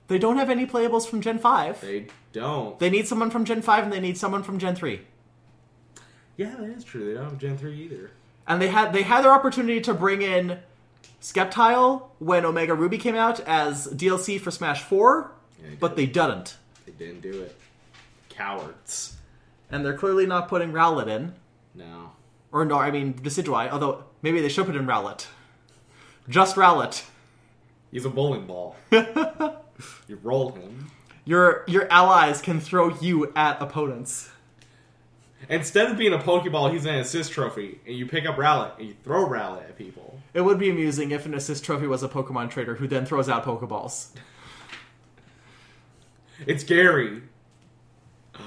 B: They don't have any playables from Gen Five.
A: They don't.
B: They need someone from Gen 5 and they need someone from Gen 3.
A: yeah, that is true. They don't have Gen three either.
B: And they had they had their opportunity to bring in Skeptile when Omega Ruby came out as DLC for Smash 4,
A: Yeah, they
B: but they
A: did.
B: didn't.
A: They didn't do it. Cowards.
B: And they're clearly not putting Rowlet in.
A: No.
B: Or no, I mean Decidueye, although maybe they should put in Rowlet. Just Rowlet.
A: He's a bowling ball. you roll him.
B: Your your allies can throw you at opponents.
A: Instead of being a Pokeball, he's an assist trophy, and you pick up Rowlet and you throw Rowlet at people.
B: It would be amusing if an assist trophy was a Pokemon trader who then throws out Pokeballs.
A: It's Gary. Go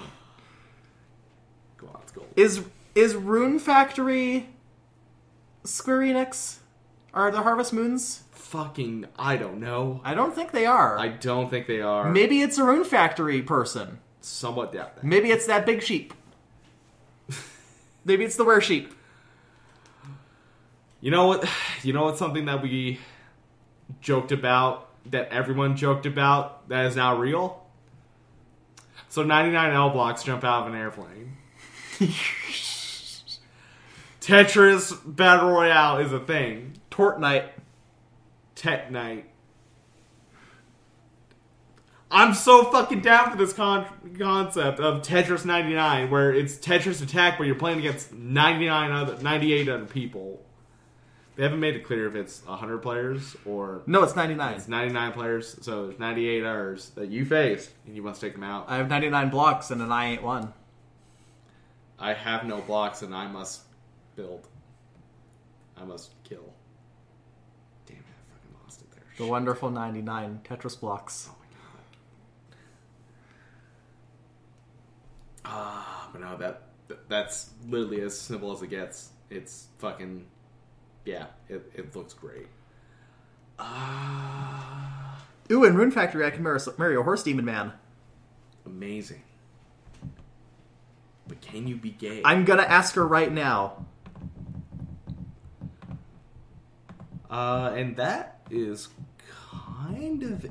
A: on, let's go.
B: Is is Rune Factory Square Enix? Are the Harvest Moons?
A: Fucking, I don't know.
B: I don't think they are.
A: I don't think they are.
B: Maybe it's a Rune Factory person.
A: Somewhat doubt that.
B: Maybe it's that big sheep. Maybe it's the rare sheep.
A: You know what? You know what's something that we joked about, that everyone joked about, that is now real? So 99 L blocks jump out of an airplane. Tetris Battle Royale is a thing.
B: Tort Knight.
A: Tet Night. I'm so fucking down for this con- concept of Tetris 99, where it's Tetris Attack, where you're playing against 99 other, 98 other people. They haven't made it clear if it's 100 players or
B: No, it's 99.
A: it's 99 players. So there's 98 others that you face, and you must take them out.
B: I have 99 blocks and an I ain't one.
A: I have no blocks, and I must build. I must kill. Damn it! I fucking lost it there.
B: The wonderful 99 Tetris blocks.
A: Oh my god. Ah, but no, that, that that's literally as simple as it gets. It's fucking, yeah, it, it looks great. Ah,
B: Ooh, in Rune Factory, I can marry, marry a horse demon man.
A: amazing. But can you be gay?
B: I'm gonna ask her right now.
A: Uh, and that is kind of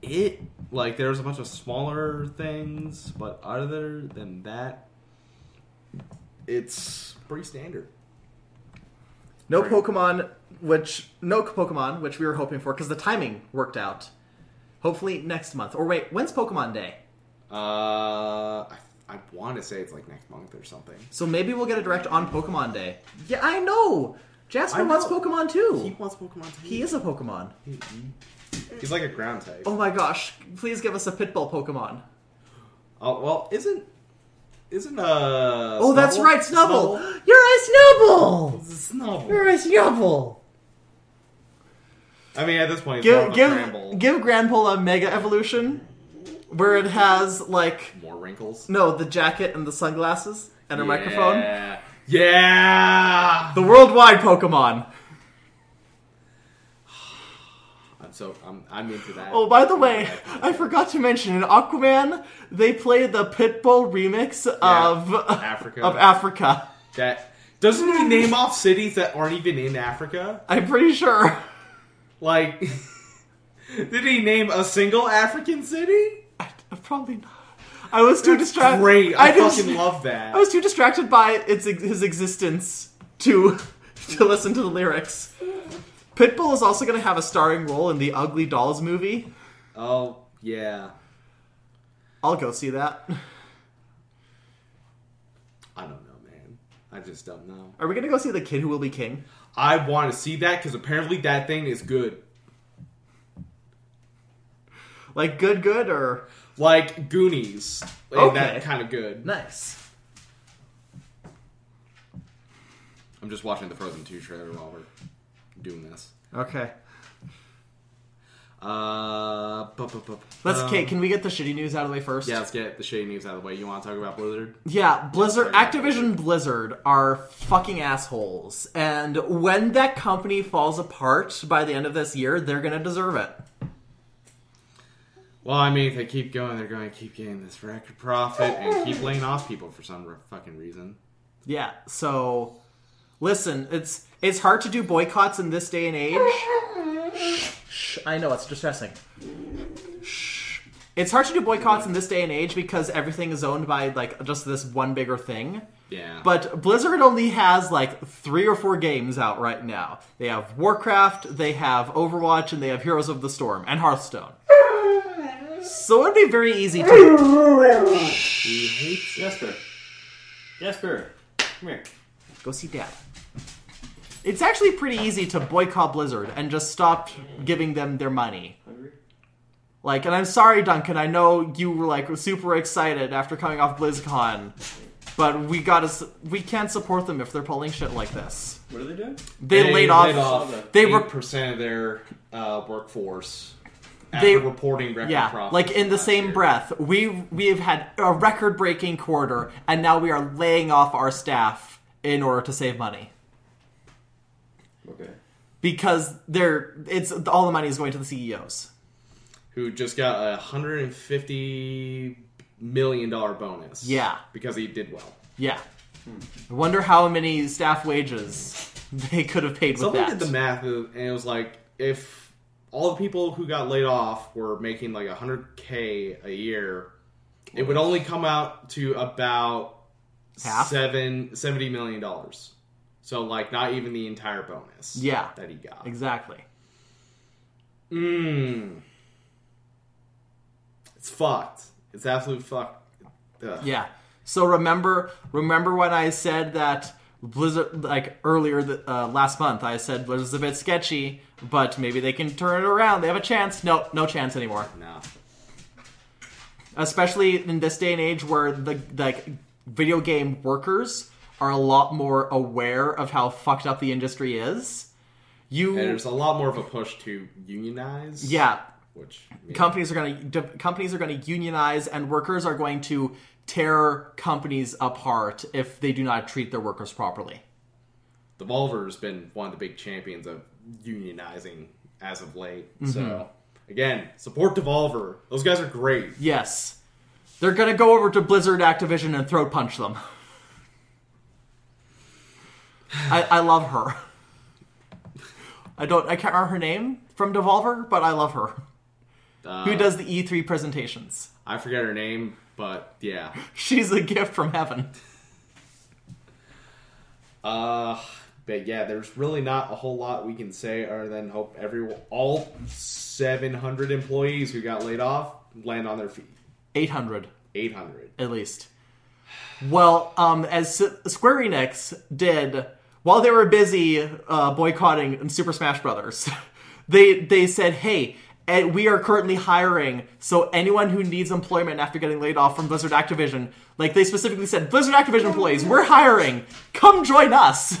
A: it. Like, there's a bunch of smaller things, but other than that, it's pretty standard.
B: No
A: Right.
B: Pokemon, which no Pokemon, which we were hoping for because the timing worked out. Hopefully next month. Or wait, when's Pokemon Day?
A: Uh, I, I want to say it's like next month or something.
B: So maybe we'll get a direct on Pokemon Day. Yeah, I know. Jasper
A: I know.
B: wants Pokemon too.
A: He
B: He,
A: wants Pokemon. Too.
B: is a Pokemon.
A: He's like a ground type.
B: Oh my gosh! Please give us a Pitbull Pokemon.
A: Oh well, isn't isn't uh?
B: oh, that's
A: Snubbull-
B: right, Snubble. You're a Snubble.
A: Snubbull.
B: You're
A: Snubbull.
B: a Snubble.
A: I mean, at this point, it's more
B: Give
A: of a
B: give
A: Gramble.
B: give Granpole a Mega Evolution, where it has like
A: more wrinkles.
B: no the jacket and the sunglasses and a microphone.
A: Yeah. Yeah.
B: The worldwide Pokemon.
A: I'm so I'm I'm into that.
B: Oh, by the way, I forgot to mention in Aquaman they play the Pitbull remix of
A: Africa.
B: of Africa.
A: that doesn't he name off cities that aren't even in Africa?
B: I'm pretty sure.
A: Like, did he name a single African city?
B: I, probably not. I was too distracted.
A: Great, I,
B: just-
A: fucking love that.
B: I was too distracted by its ex- his existence to to listen to the lyrics. Pitbull is also going to have a starring role in the Ugly Dolls movie.
A: Oh yeah,
B: I'll go see that.
A: I don't know, man. I just don't know.
B: Are we going to go see the kid who will be king?
A: I want to see that because apparently that thing is good.
B: Like good, good or
A: Like Goonies, and
B: Okay.
A: that kind of good.
B: nice.
A: I'm just watching the Frozen 2 trailer while we're doing this.
B: Okay,
A: Uh, bu- bu- bu-
B: let's.
A: um,
B: okay, can we get the shitty news out of the way first?
A: Yeah, let's get the shady news out of the way. You want to talk about Blizzard?
B: Yeah, Blizzard,
A: Yeah, sorry.
B: Activision Blizzard are fucking assholes. And when that company falls apart by the end of this year, they're gonna deserve it.
A: Well, I mean, if they keep going, they're going to keep getting this record profit and keep laying off people for some r- fucking reason.
B: Yeah, so listen, it's it's hard to do boycotts in this day and age. Shh, I know it's distressing. Shh. It's hard to do boycotts in this day and age because everything is owned by like just this one bigger thing.
A: Yeah.
B: But Blizzard only has like three or four games out right now. They have Warcraft, they have Overwatch, and they have Heroes of the Storm and Hearthstone. So it'd be very easy to.
A: he hates it.
E: Jasper. Jasper. Come here.
B: Go see Dad. It's actually pretty easy to boycott Blizzard and just stop giving them their money.
E: Hungry?
B: Like, and I'm sorry, Duncan, I know you were like super excited after coming off BlizzCon, but we gotta, s- we can't support them if they're pulling shit like this.
E: What are they doing?
B: They, laid off. They
A: They
B: were-
A: were percent of their uh, workforce after
B: They-
A: reporting record
B: Yeah,
A: profits.
B: like in the
A: last
B: same
A: year.
B: breath, we we have had a record-breaking quarter, and now we are laying off our staff in order to save money
E: Okay.
B: because they're it's all the money is going to the E CEOs.
A: who just got a hundred and fifty million dollar bonus.
B: Yeah.
A: because he did well.
B: Yeah,
A: Hmm.
B: I wonder how many staff wages they could have paid with
A: Someone
B: that.
A: did the math, uh, and it was like if all the people who got laid off were making like hundred k a year, it would only come out to about
B: Half?
A: seven seventy million dollars. So like not even the entire bonus.
B: Yeah.
A: that he got.
B: exactly.
A: Mmm. It's fucked. It's absolute fuck. Ugh.
B: Yeah. So remember, remember when I said that Blizzard, like earlier th- uh, last month, I said Blizzard's a bit sketchy, but maybe they can turn it around. They have a chance. No, no chance anymore.
A: No.
B: Especially in this day and age where the like video game workers are a lot more aware of how fucked up the industry is. You,
A: And there's a lot more of a push to unionize.
B: yeah,
A: Which yeah.
B: companies are going to companies are going to unionize and workers are going to tear companies apart if they do not treat their workers properly.
A: the Volver's been one of the big champions of unionizing as of late.
B: Mm-hmm.
A: So again, support Devolver. Those guys are great.
B: Yes. They're gonna go over to Blizzard Activision and throat punch them. I, I love her. I don't I can't remember her name from Devolver, but I love her.
A: Uh,
B: Who does the E3 presentations?
A: I forget her name, but yeah.
B: She's a gift from heaven.
A: Uh, but yeah, there's really not a whole lot we can say other than hope every all 700 employees who got laid off land on their feet.
B: Eight hundred.
A: 800.
B: at least. Well, um, as S- Square Enix did while they were busy uh, boycotting Super Smash Brothers, they they said, "Hey, eh, we are currently hiring, so anyone who needs employment after getting laid off from Blizzard Activision, like they specifically said, Blizzard Activision employees, we're hiring. Come join us."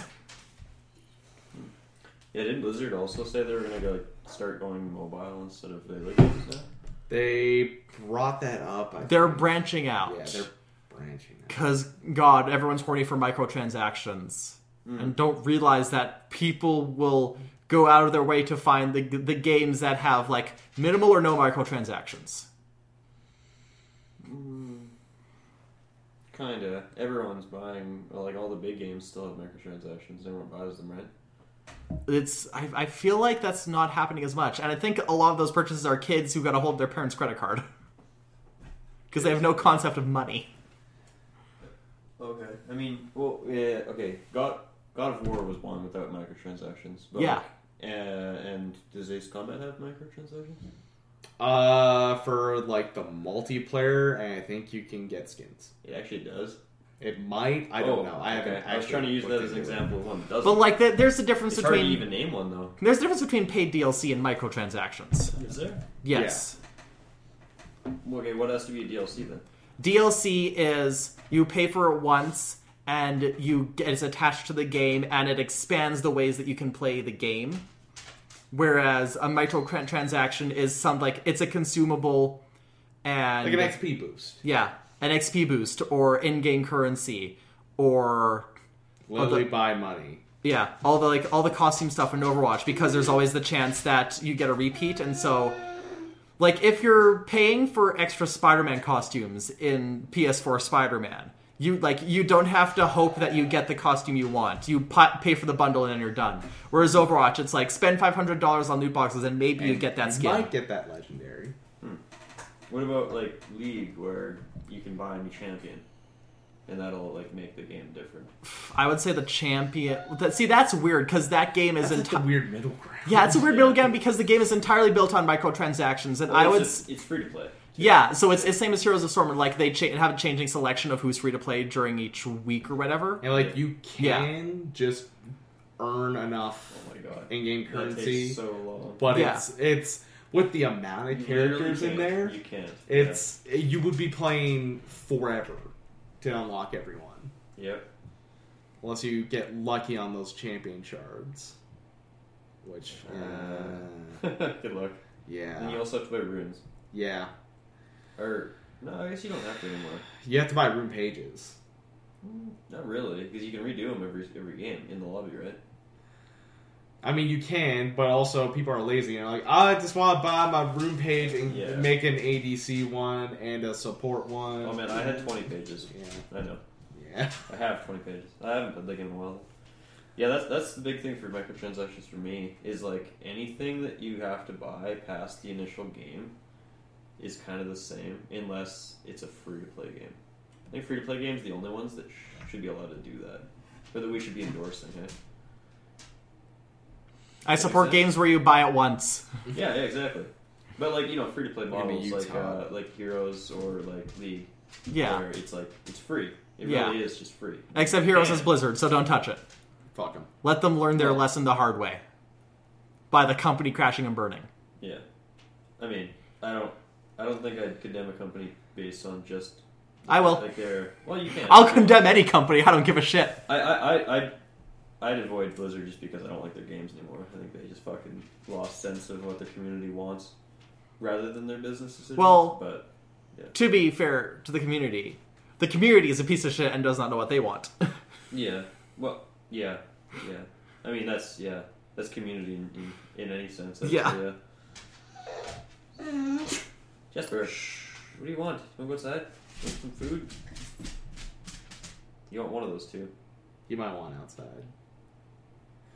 E: Yeah, didn't Blizzard also say they were gonna go start going mobile instead of daily games now?
A: They brought that up. I
B: They're
A: think.
B: branching out.
A: Yeah, they're branching out.
B: Because, God, everyone's horny for microtransactions.
E: Mm.
B: And don't realize that people will go out of their way to find the, the games that have, like, minimal or no microtransactions.
E: Kinda. Everyone's buying. Well, like all the big games still have microtransactions. Everyone buys them, right?
B: It's I, I feel like that's not happening as much. And I think a lot of those purchases are kids who got a hold of their parents' credit card. Because they have no concept of money.
E: Okay. I mean, well, yeah. Okay. God, God of War was one without microtransactions. But
B: Yeah.
E: Uh, and does Ace Combat have microtransactions?
A: Uh, for like the multiplayer, and I think you can get skins.
E: It actually does.
A: It might. I don't
E: Oh,
A: know. I haven't.
E: okay. I was
A: actually
E: trying to use that
A: looked
E: as an
A: into it.
E: example of one that doesn't.
B: But like, there- there's a difference
E: it's hard
B: between
E: to even name one though.
B: there's a difference between paid DLC and microtransactions.
F: Is there?
B: Yes,
E: Okay, what has to be a DLC then?
B: DLC is you pay for it once and you get, it's attached to the game and it expands the ways that you can play the game. Whereas a microtransaction is some like it's a consumable and
A: Like an XP boost.
B: yeah, an XP boost or in-game currency or
A: Literally buy money.
B: Yeah, all the like all the costume stuff in Overwatch because there's always the chance that you get a repeat, and so like if you're paying for extra Spider-Man costumes in PS4 Spider-Man, you like you don't have to hope that you get the costume you want. You pa pay for the bundle and then you're done. Whereas Overwatch, it's like spend five hundred dollars on loot boxes and maybe you
A: And
B: get that
A: You
B: skin.
A: might get that legendary.
E: What about like League where you can buy a new champion, and that'll like make the game different?
B: I would say the champion. That, see, that's weird because that game is
A: That's like
B: entirely.
A: the weird middle ground.
B: yeah, it's a weird middle game because the game is entirely built on microtransactions, and I
E: Well,
B: would.
E: it's
B: s-
E: just- it's free to play.
B: Yeah, so it's it's same as Heroes of Storm, where, like they cha- have a changing selection of who's free to play during each week or whatever.
A: And like you
B: Yeah.
A: can just earn enough
E: Oh my god,
A: in-game
E: that
A: currency,
E: takes so long.
A: but
B: Yeah.
A: it's it's with the amount
E: You
A: of characters
E: literally
A: in
E: can't.
A: there,
E: You can't.
A: it's you would be playing forever to unlock everyone,
E: yeah. yep.
A: unless you get lucky on those champion shards, which uh,
E: Good luck. And you
A: yeah
E: also have to buy runes.
A: yeah
E: Or no, I guess you don't have to anymore.
A: you have to buy room pages.
E: Not really, because you can redo them every every game in the lobby, right?
A: I mean, you can, but also people are lazy and are like, I just want to buy my room page and
E: Yeah.
A: make an ADC one and a support one.
E: Oh man, I had 20 pages.
A: Yeah.
E: I know.
A: Yeah.
E: I have 20 pages. I haven't played the game in a while. Yeah, that's that's the big thing for microtransactions for me is like anything that you have to buy past the initial game is kind of the same unless it's a free to play game. I think free to play games are the only ones that sh- should be allowed to do that, or that we should be endorsing. eh? Hey?
B: I support
E: sense.
B: games where you buy it once.
E: yeah, yeah, exactly. But like you know, free to play
A: gonna be
E: models like
A: Utah.
E: uh, like Heroes or like League,
B: Yeah,
E: where it's like it's free. It
B: Yeah.
E: really is just free.
B: except Heroes is
E: Man.
B: Blizzard, so don't touch it.
A: Fuck them.
B: Let them learn their
E: Yeah.
B: lesson the hard way by the company crashing and burning.
E: Yeah, I mean, I don't, I don't think I'd condemn a company based on just.
B: I will.
E: Like their well, you can't.
B: I'll condemn any company. I don't give a shit.
E: I, I, I, I'd, I'd avoid Blizzard just because I don't like their games anymore. I think they just fucking lost sense of what their community wants, rather than their business decisions.
B: Well-
E: but
B: To be fair to the community, the community is a piece of shit and does not know what they want.
E: yeah, well, yeah, yeah. I mean, that's yeah, that's community in, in, in any sense. That's,
B: Yeah.
E: Jesper, what do you want? Want to go outside? Want some food? You want one of those two?
A: You might want outside.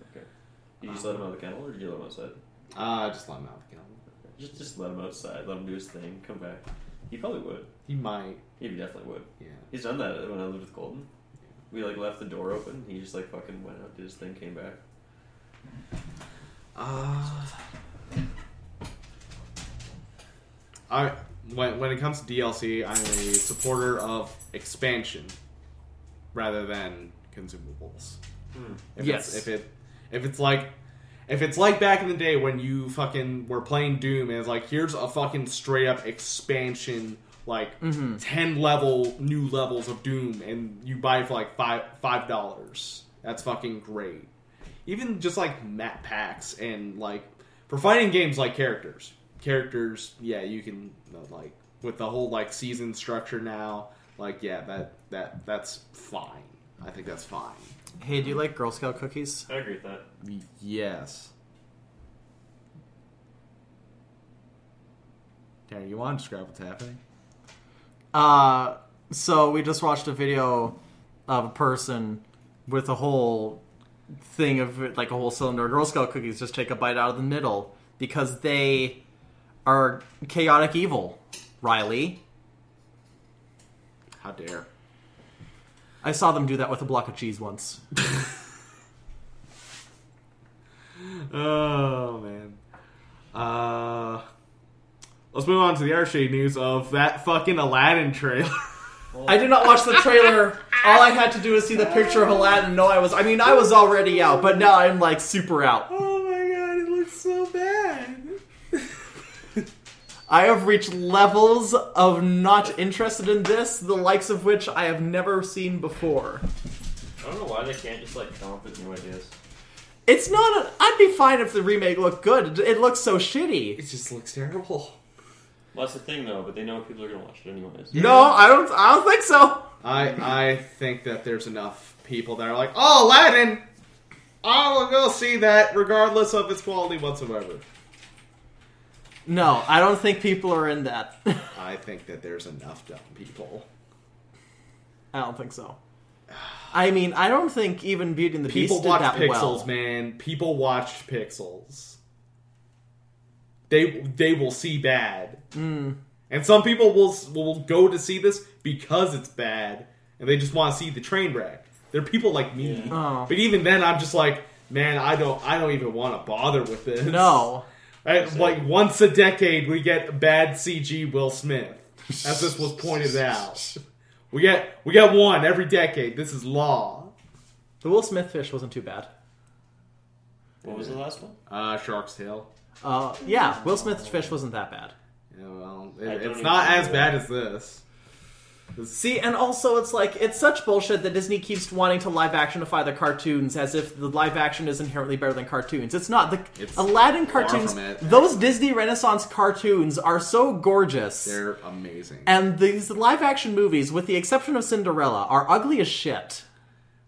E: Did you just let him out of the kennel, or did you let him outside?
A: Uh, just let him out the kennel.
E: Just, just let him outside. Let him do his thing. Come back. He probably would.
A: He might.
E: He definitely would.
A: Yeah.
E: He's done that when I lived with Colton. We like left the door open. He just like fucking went out, did his thing, came back.
A: Uh, I when when it comes to DLC, I'm a supporter of expansion rather than consumables.
E: Hmm.
A: If
B: Yes.
A: It's, if it if it's like if it's like back in the day when you fucking were playing Doom and it's like here's a fucking straight up expansion like ten level new levels of Doom and you buy it for like five five dollars. That's fucking great. Even just like map packs and like for fighting games like characters. Characters, yeah, you can you know, like with the whole like season structure now, like yeah, that that that's fine. I think that's fine.
B: Hey, do you like Girl Scout cookies?
C: I agree with that.
A: Yes. Tanner, you want to describe what's happening?
B: Uh, so we just watched a video of a person with a whole thing of like a whole cylinder of Girl Scout cookies. Just take a bite out of the middle because they are chaotic evil. Riley,
A: How dare.
B: I saw them do that with a block of cheese once.
A: Oh, man. Uh, let's move on to the other shade news of that fucking Aladdin trailer.
B: I did not watch the trailer all I had to do was see the picture of Aladdin and know I was. I mean, I was already out, but now I'm like super out.
A: Oh my god, it looks so bad.
B: I have reached levels of not interested in this, the likes of which I have never seen before.
E: I don't know why they can't just like come up with new ideas.
B: It's not. A, I'd be fine if the remake looked good. It looks so shitty.
A: It just looks terrible.
E: Well, that's the thing though, but they know people are gonna watch it anyways.
B: No, I don't. I don't think so.
A: I I think that there's enough people that are like, oh, Aladdin, I will go see that regardless of its quality whatsoever.
B: No, I don't think people are in that.
A: I think that there's enough dumb people.
B: I don't think so. I mean, I don't think even Beauty and the
A: People
B: Beast did
A: watch
B: that
A: pixels,
B: well.
A: man. People watch pixels. They they will see bad, and some people will will go to see this because it's bad, and they just want to see the train wreck. There are people like me,
B: Oh.
A: but even then, I'm just like, man, I don't I don't even want to bother with this.
B: No,
A: Right, like once a decade, we get bad CG Will Smith, as this was pointed out. We get we get one every decade. This is law.
B: the Will Smith fish wasn't too bad.
E: What was the last one?
A: Uh, Shark's Tale.
B: Uh, yeah, Will Smith's fish wasn't that bad.
A: Yeah, well,
E: I
A: um, it,
E: don't
A: it's not
E: even
A: as
E: know.
A: bad as this.
B: See, and also it's like it's such bullshit that Disney keeps wanting to live actionify the cartoons as if the live action is inherently better than cartoons. It's not. The
A: It's
B: Aladdin
A: far
B: cartoons,
A: from it.
B: those Disney Renaissance cartoons are so gorgeous.
A: They're amazing.
B: and these live action movies, with the exception of Cinderella, are ugly as shit.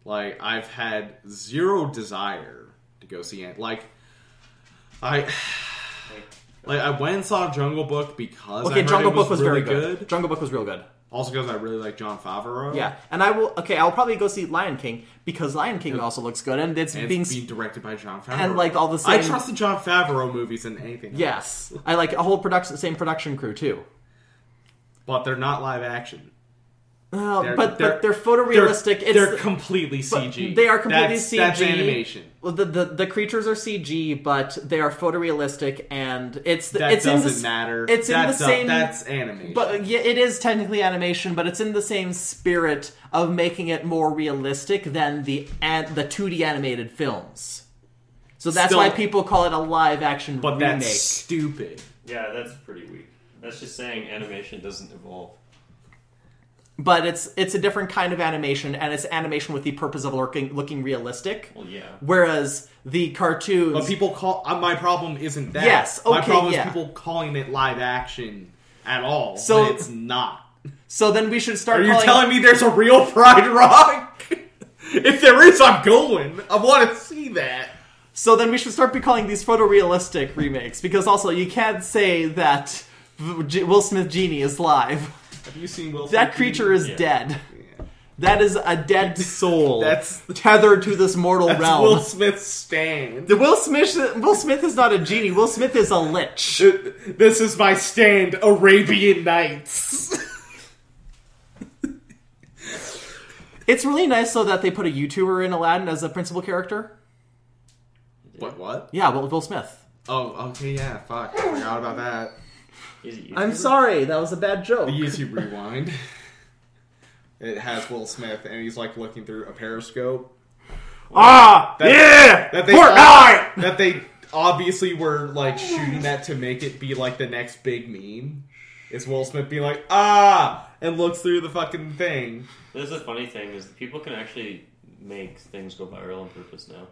A: Like I've had zero desire to go see it. Like I. Like I went and saw Jungle Book because I
B: Okay,
A: heard
B: Jungle
A: it was
B: Book was
A: really
B: very good. Jungle Book was real good.
A: Also because I really like John Favreau.
B: Yeah, and I will. Okay, I'll probably go see Lion King because Lion King also looks good, and it's
A: And
B: being.
A: it's being directed by John Favreau.
B: and, like, all the
A: I
B: same-
A: trust the John Favreau movies than anything. else.
B: yes, I like a whole production, same production crew too.
A: but they're not live action.
B: Uh,
A: They're-
B: but
A: they're-
B: but they're photorealistic.
A: They're,
B: it's
A: they're
B: the-
A: completely CG.
B: they are completely
A: that's, That's
B: CG.
A: animation.
B: Well, the, the the creatures are CG, but they are photorealistic, and it's the,
A: That
B: it's in
A: doesn't
B: the, s-
A: matter.
B: It's in
A: that's
B: the
A: a-
B: same.
A: that's animation.
B: but yeah, it is technically animation, but it's in the same spirit of making it more realistic than the an, the two D animated films. So that's
A: Still-
B: why people call it a live action
A: but
B: remake.
A: that's stupid.
E: Yeah, that's pretty weak. That's just saying animation doesn't evolve.
B: But it's it's a different kind of animation, and it's animation with the purpose of looking looking realistic.
E: Well, yeah.
B: Whereas the cartoons,
A: But people call uh, my problem isn't that.
B: Yes,
A: my
B: okay,
A: problem
B: yeah.
A: is people calling it live action at all.
B: So-
A: when it's not.
B: so then we should start.
A: Are you
B: calling-
A: telling me there's a real Pride Rock? if there is, I'm going. I want to see that.
B: So then we should start be calling these photorealistic remakes because also you can't say that V- G- Will Smith Genie is live.
A: Have you seen Will?
B: That creature is
E: Yeah.
B: dead. That is a dead soul
A: That's-
B: tethered to this mortal
A: That's
B: realm.
A: Will Smith's stand.
B: The Will Smith Will Smith is not a genie. Will Smith is a lich.
A: This is my stand, Arabian Nights.
B: It's really nice though that they put a YouTuber in Aladdin as a principal character.
A: What? What?
B: Yeah, Will, Will Smith.
A: Oh, okay, yeah. Fuck, I forgot about that.
E: Is it
B: I'm sorry, that was a bad joke.
A: The YouTube rewind. It has Will Smith, and he's like looking through a periscope.
B: Ah,
A: That-
B: yeah,
A: That they
B: Fortnite.
A: that they obviously were like shooting that to make it be like the next big meme. Is Will Smith being like ah and looks through the fucking thing?
E: That's the funny thing is that people can actually make things go viral on purpose now.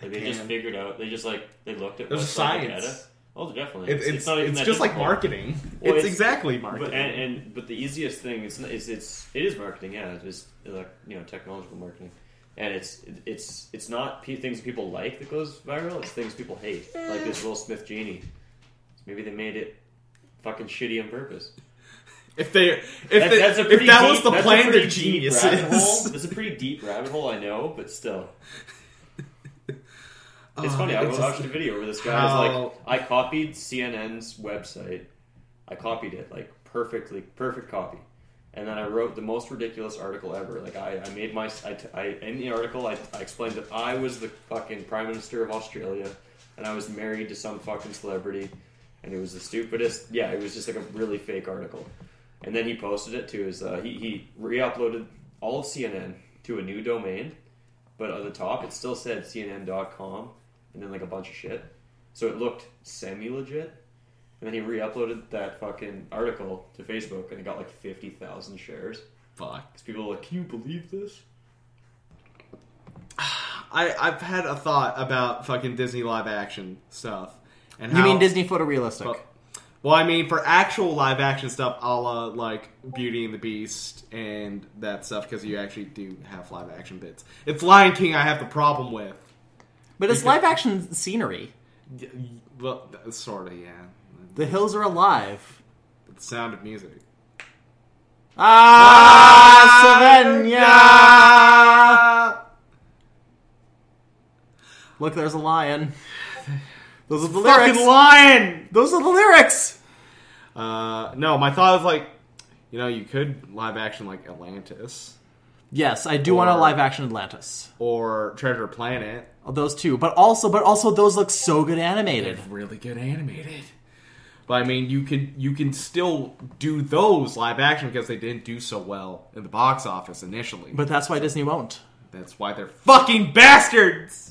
E: Like they, just
A: can.
E: figured out. They just like they looked at
A: There's
E: what's on the
A: science.
E: data. Oh, definitely.
A: It, it's it's,
E: not even that
A: just like
E: difficult.
A: marketing.
E: Well,
A: it's,
E: it's-
A: exactly marketing.
E: But and, and but the easiest thing is is it's it is marketing. Yeah, it's just like you know technological marketing, and it's it's it's not pe- things people like that goes viral. It's things people hate, like this Will Smith genie. Maybe they made it fucking shitty on purpose.
A: If they, if,
E: That-
A: they,
E: that's a
A: if
E: pretty
A: that
E: deep,
A: was the
E: that's a
A: plan,
E: pretty
A: they're
E: deep rabbit hole.
A: geniuses.
E: That's a pretty deep rabbit hole, I know, but still. It's
A: Oh,
E: funny. I
A: it's
E: watched
A: just-
E: a video where this guy was
A: How-
E: like, "I copied CNN's website. I copied it like perfectly, perfect copy, and then I wrote the most ridiculous article ever. Like I, I made my, I, t- I- in the article, I, I explained that I was the fucking prime minister of Australia, and I was married to some fucking celebrity, and it was the stupidest. Yeah, it was just like a really fake article, and then he posted it to his. Uh, he he re-uploaded all of CNN to a new domain, but at the top it still said CNN.com and then like a bunch of shit. So it looked semi legit. And then he re uploaded that fucking article to Facebook and it got like 50,000 shares.
A: Fuck.
E: Because people were like, can you believe this?
A: I, I've had a thought about fucking Disney live action stuff. And
B: You
A: how-
B: mean Disney photorealistic?
A: Well, well, I mean, for actual live action stuff, a la like Beauty and the Beast and that stuff, because you actually do have live action bits. It's Lion King I have the problem with.
B: but it's live action scenery.
A: Y- y- Well, sort of, yeah.
B: The hills are alive.
A: The sound of music.
B: Ah, Savenya! Look, there's a lion. Those are the lyrics.
A: Fucking lion!
B: Those are the lyrics.
A: Uh, no, my thought is like, you know, you could live action like Atlantis
B: Yes, I do want a
A: Or-
B: live action Atlantis. Uh,
A: or Treasure Planet.
B: Those two, but also, but also, those look so good animated.
A: really good animated. But I mean, you can you can still do those live action because they didn't do so well in the box office initially.
B: But that's why Disney won't.
A: that's why they're fucking bastards.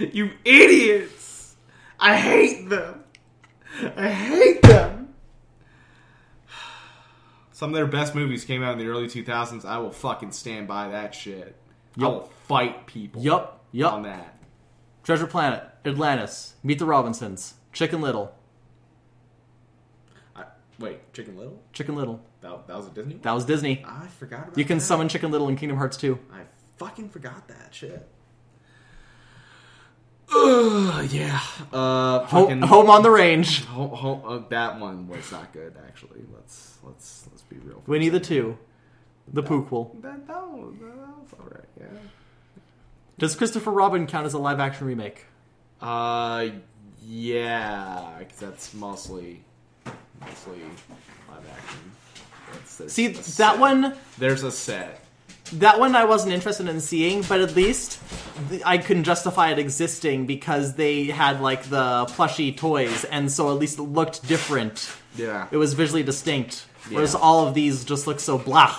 A: You idiots! I hate them. I hate them. Some of their best movies came out in the early 2000s. I will fucking stand by that shit. I
B: Yup.
A: will fight people.
B: Yup, yup.
A: On that.
B: Treasure Planet, Atlantis, Meet the Robinsons, Chicken Little,
A: I, wait, Chicken Little?
B: Chicken Little.
A: That, that was a Disney.
B: That was Disney.
A: I forgot about
B: You can
A: that.
B: summon Chicken Little in Kingdom Hearts 2.
A: I fucking forgot that shit. Ugh, yeah. Uh,
B: Ho-
A: fucking
B: home on the range.
A: Ho- ho- uh, that one was not good. Actually, let's let's let's be real. for a
B: Winnie the
A: second.
B: Two, the Pooquel.
A: That, that, was, that was all right. Yeah.
B: Does Christopher Robin count as a live action remake?
A: Uh, yeah, 'cause that's mostly mostly live action. That's, there's
B: See
A: a
B: that
A: set.
B: one,
A: There's a set.
B: that one I wasn't interested in seeing, but at least th- I can justify it existing because they had like the plushy toys, and so at least it looked different.
A: Yeah.
B: It was visually distinct. Whereas
A: Yeah.
B: all of these just look so blah.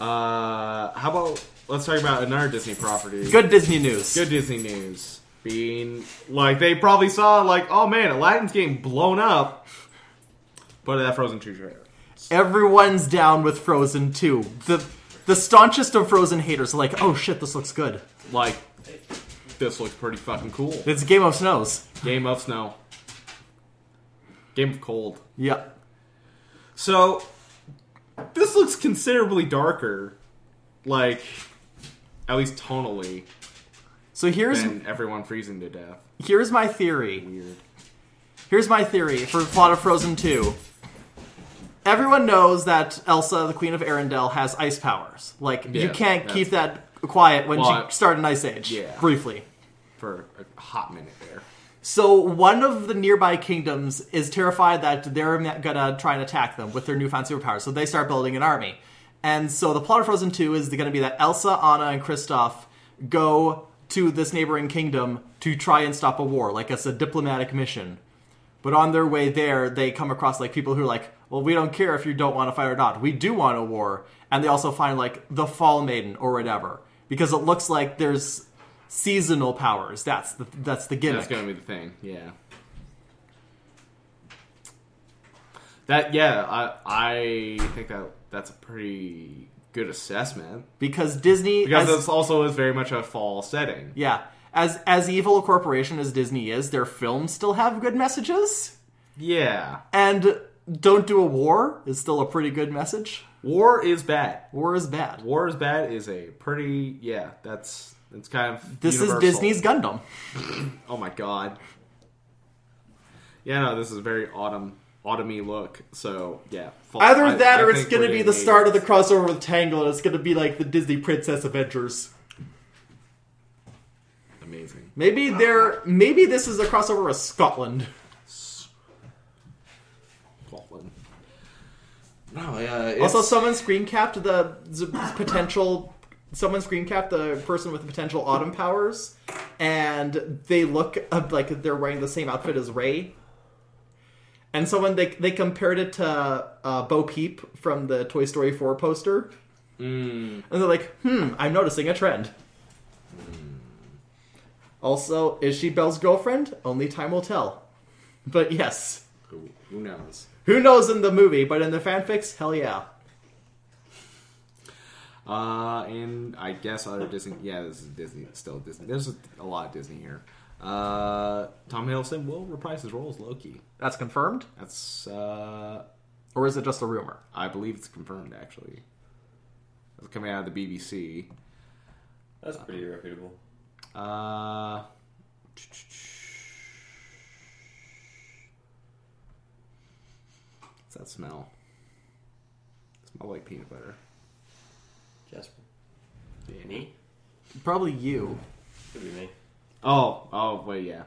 A: Uh, how about let's talk about another Disney property.
B: Good Disney news.
A: good Disney news being like they probably saw like oh man Aladdin's getting blown up, but that Frozen two trailer.
B: Everyone's down with Frozen 2. The the staunchest of Frozen haters are like, oh shit, this looks good.
A: Like this looks pretty fucking cool.
B: It's Game of Snows.
A: Game of snow. Game of cold.
B: Yeah.
A: So this looks considerably darker, like at least tonally,
B: So here's
A: than everyone freezing to death.
B: here's my theory.
A: Weird.
B: Here's my theory for the plot of Frozen 2. Everyone knows that Elsa, the Queen of Arendelle, has ice powers. Like, you
A: Yeah,
B: can't
A: that's-
B: keep that quiet when
A: Well, I-
B: she started an ice age.
A: Yeah.
B: Briefly.
A: For a hot minute there.
B: So, one of the nearby kingdoms is terrified that they're ma- gonna try and attack them with their newfound superpowers. So, they start building an army. And so, the plot of Frozen 2 is gonna be that Elsa, Anna, and Kristoff go to this neighboring kingdom to try and stop a war. Like, it's a diplomatic mission. But on their way there, they come across like people who are like, "Well, we don't care if you don't want to fight or not. We do want a war." And they also find like the Fall Maiden or whatever because it looks like there's seasonal powers. That's the that's the gimmick.
A: That's gonna be the thing. Yeah. That yeah, I I think that that's a pretty good assessment
B: because Disney
A: because
B: as-
A: this also is very much a fall setting.
B: yeah, as as evil a corporation as Disney is, their films still have good messages.
A: Yeah,
B: And don't do a war is still a pretty good message.
A: war is bad.
B: War is bad.
A: War is bad is a pretty yeah. That's that's kind of
B: This
A: universal.
B: is Disney's Gundam.
A: Oh my god. Yeah, no, this is a very autumn autumny look. So yeah, fall,
B: Either
A: I-
B: that,
A: I
B: or it's
A: think
B: going
A: we're
B: to be
A: getting a-
B: the start of the crossover with Tangled. It's going to be like the Disney Princess Adventures.
A: Amazing.
B: Maybe they're maybe this is a crossover with Scotland.
A: Scotland. No, yeah. It's,
B: Also, someone screen capped the, z potential. Someone screen capped the person with the potential autumn powers, and they look uh, like they're wearing the same outfit as Ray. And someone they they compared it to uh, Bo Peep from the Toy Story 4 poster,
A: Mm.
B: and they're like, "Hmm, I'm noticing a trend." Also, is she Belle's girlfriend? Only time will tell. But yes,
A: Who, who knows?
B: who knows in the movie, but in the fanfics, hell yeah.
A: Uh, and I guess other Disney. Yeah, this is Disney. Still Disney. There's a, a lot of Disney here. Uh, Tom Hiddleston will reprise his role as Loki.
B: That's confirmed,
A: That's uh,
B: or is it just a rumor?
A: I believe it's confirmed actually. It's coming out of the BBC.
E: That's pretty reputable.
A: Uh, what's that smell? It smells like peanut butter.
E: Jasper. Me?
B: Probably you.
E: Could be me.
A: Oh, oh, wait, yeah,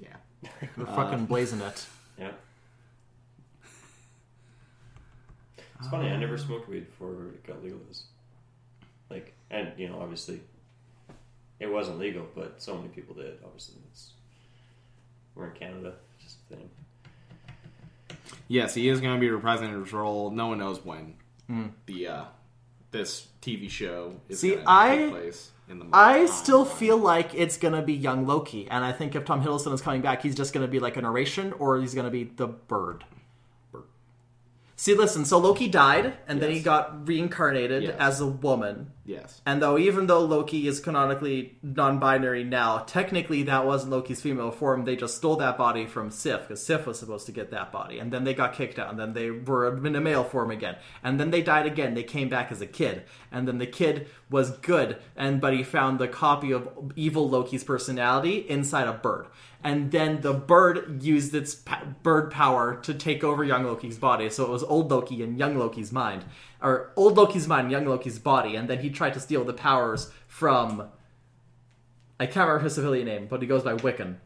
A: yeah.
B: You're fucking blazing it.
E: Yeah. It's funny, I never
B: Um.
E: smoked weed before it got legalized. Like, and, you know, obviously, it wasn't legal, but so many people did, obviously. It's, we're in Canada, it's just a thing.
A: Yes, he is going to be reprising his role. No one knows when the uh, this TV show is
B: Hmm. See,
A: gonna
B: I-
A: take place. In the
B: I still
A: timeline.
B: feel like it's gonna be young Loki, and I think if Tom Hiddleston is coming back, he's just gonna be like an oration, or he's gonna be the bird.
A: Bird.
B: See, listen. So Loki died, and then he
A: Yes.
B: got reincarnated
A: Yes.
B: as a woman.
A: yes,
B: And though, even though Loki is canonically non-binary now, technically that wasn't Loki's female form. They just stole that body from Sif because Sif was supposed to get that body, and then they got kicked out, and then they were in a male form again, and then they died again. They came back as a kid, and then the kid was good, and but he found the copy of evil Loki's personality inside a bird, and then the bird used its pa- bird power to take over young Loki's body. So it was old Loki and young Loki's mind, or old Loki's mind, young Loki's body, and then he tried to steal the powers from. I can't remember his civilian name, but he goes by Wiccan,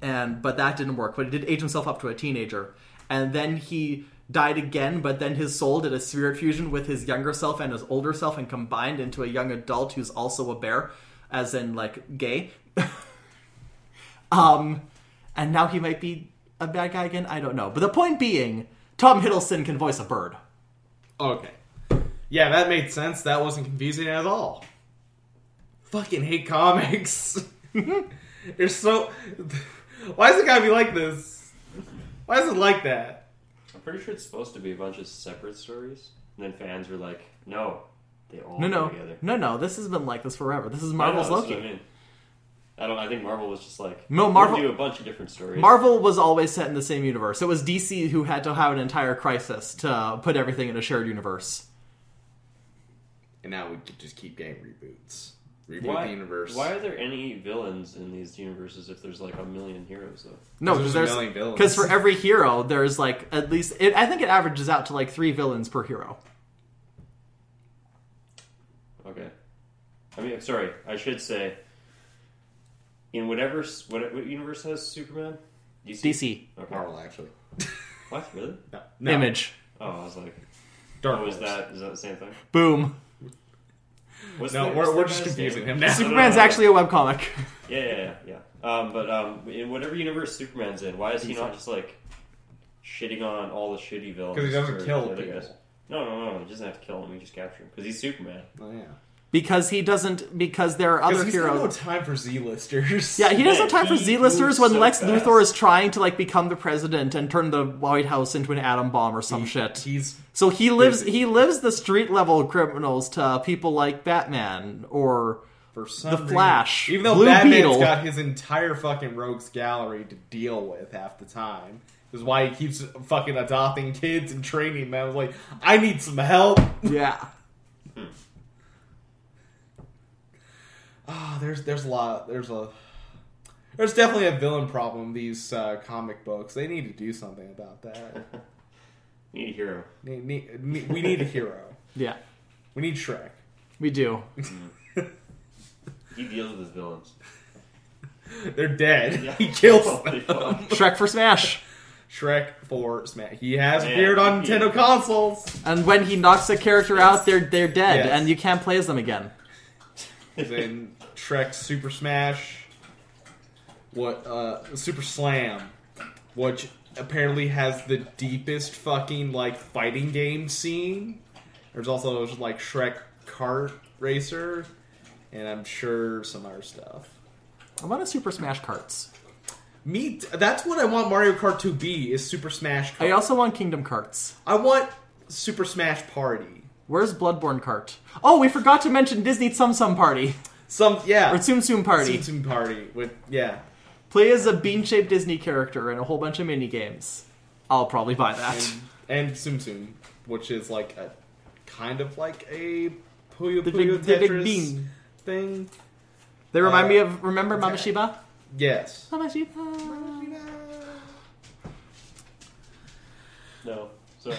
B: and but that didn't work. But he did age himself up to a teenager, and then he died again. But then his soul did a spirit fusion with his younger self and his older self, and combined into a young adult who's also a bear, as in like gay. Um, and now he might be a bad guy again. I don't know. But the point being, Tom Hiddleston can voice a bird.
A: okay, yeah, that made sense. That wasn't confusing at all. Fucking hate comics. You're so. Why does it gotta be like this? Why is it like that?
E: I'm pretty sure it's supposed to be a bunch of separate stories, and then fans were like, no, they all
B: No,
E: go
B: no,
E: together.
B: no, no. This has been like this forever. This is Marvel's
E: I know, that's
B: Loki.
E: what I, mean. I don't. I think Marvel was just like
B: No,
E: we'll
B: Marvel-
E: do a bunch of different stories.
B: Marvel was always set in the same universe. It was DC who had to have an entire crisis to put everything in a shared universe.
A: And now we could just keep getting reboots. Reboot
E: why,
A: the universe.
E: Why are there any villains in these universes if there's like a million heroes though?
B: No,
A: There's
B: because
A: a million villains.
B: because for every hero, there's like at least it, I think it averages out to like three villains per hero.
E: Okay, I mean, sorry, I should say in whatever s- what, what universe has Superman? DC.
B: DC
E: Okay.
A: Marvel actually?
E: What really?
A: No, no.
B: image,
E: Oh, I was like,
A: Dark
E: oh, is
A: Horse.
E: that is that the same thing?
B: boom.
E: What's
A: No,
E: the-
A: we're-
E: what's
A: we're
E: the
A: just
E: guy's
A: confusing
E: name?
A: him now.
E: No, no,
B: Superman's
E: no, no.
B: actually a webcomic.
E: Yeah, yeah, yeah. yeah. Um, but um, in whatever universe Superman's in, why is he not just like shitting on all the shitty villains?
A: 'Cause he doesn't
E: for
A: kill
E: the other
A: people.
E: guys? No, no, no. He doesn't have to kill him. He just capture him because he's Superman.
A: Oh yeah.
B: Because he doesn't. Because there are other
A: Because he's got
B: heroes.
A: no time for Z-listers.
B: Yeah, he doesn't have time for
E: he
B: Z-listers
E: moves
B: when
E: so
B: Lex
E: fast.
B: Luthor is trying to like become the president and turn the White House into an atom bomb or some shit.
A: He's
B: so he lives
A: busy.
B: he lives the street level criminals to people like Batman or
A: for some
B: The Flash,
A: Reason, even though
B: Blue
A: Batman's
B: Beetle.
A: got his entire fucking rogues gallery to deal with half the time, is why he keeps fucking adopting kids and training them. I was like, I need some help.
B: yeah.
A: Ah, there's there's a lot. There's a there's definitely a villain problem. These uh, comic books. They need to do something about that.
E: We need a hero.
A: Need- need- need- we need a hero.
B: Yeah.
A: We need Shrek.
B: We do.
E: He deals with his villains.
A: They're dead.
E: Yeah.
A: He kills
E: Holy
A: them.
E: fuck.
B: Shrek for Smash.
A: Shrek for Smash. He has
E: Man,
A: appeared on
E: he-
A: Nintendo consoles.
B: And when he knocks a character out, they're they're dead
A: Yes.
B: and you can't play as them again.
A: He's in Shrek Super Smash. What? Uh, Super Slam. Which apparently has the deepest fucking like fighting game scene. There's also like Shrek Kart Racer, and I'm sure some other stuff.
B: I want a Super Smash Carts.
A: Me, t- that's what I want Mario Kart to be is Super Smash. Kart.
B: I also want Kingdom Carts.
A: I want Super Smash Party.
B: Where's Bloodborne Cart? Oh, we forgot to mention Disney Tsum Tsum Party.
A: Some yeah,
B: Or Tsum Tsum Party.
A: Tsum Tsum Party with yeah.
B: Play as a bean shaped Disney character in a whole bunch of mini games. I'll probably buy that.
A: and, and Tsum Tsum, which is like a kind of like a Puyo Puyo
B: The big- the big
A: Tetris
B: bean.
A: thing.
B: They remind
A: uh,
B: me of remember Mama
A: okay.
B: Shiba?
A: Yes.
B: Mama Shiba.
C: No. Sorry.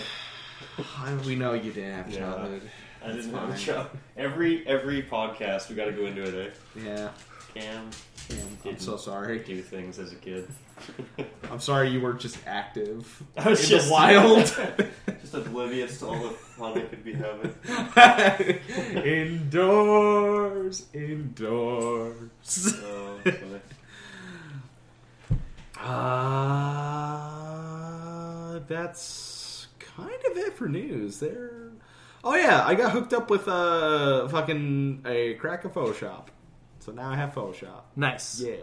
A: How do Ah, we know you didn't have
E: Yeah.
A: childhood?
E: I didn't
A: That's
E: have a
A: fine.
E: job. Every every podcast we got to go into it. Eh?
A: Yeah.
E: Cam
A: Damn, I'm
E: Didn't.
A: so sorry.
E: do things as a kid.
A: I'm sorry you were just active
E: I was
A: in
E: just
A: the wild.
E: just oblivious to all the fun I could be having.
A: indoors, indoors.
E: Oh, funny.
A: Uh, that's kind of it for news. There. Oh yeah, I got hooked up with a fucking a crack of Photoshop, so now I have Photoshop.
B: Nice.
A: Yeah.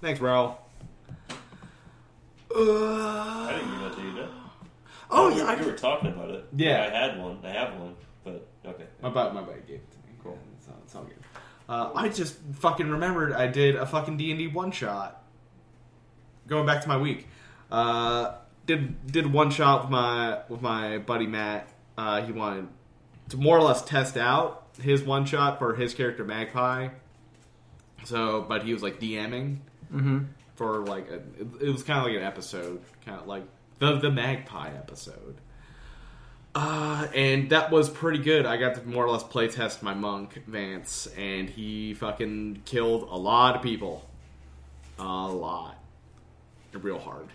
A: Thanks, bro.
E: I didn't give that to you, did I?
A: Oh
E: we,
A: yeah, I
E: we were talking about it.
A: Yeah.
E: I had one. I have one, but okay.
A: My buddy, my buddy gave it to me.
E: Cool.
A: It's all, it's all good. Uh, I just fucking remembered I did a fucking D and D one shot. Going back to my week, uh, did did one shot with my with my buddy Matt. Uh, he wanted to more or less test out his one shot for his character Magpie. So, but he was like DMing
B: Mm-hmm.
A: for like a, it- it was kind of like an episode, kind of like the the magpie episode. Uh, and that was pretty good. I got to more or less play test my monk Vance, and he fucking killed a lot of people, a lot, real hard.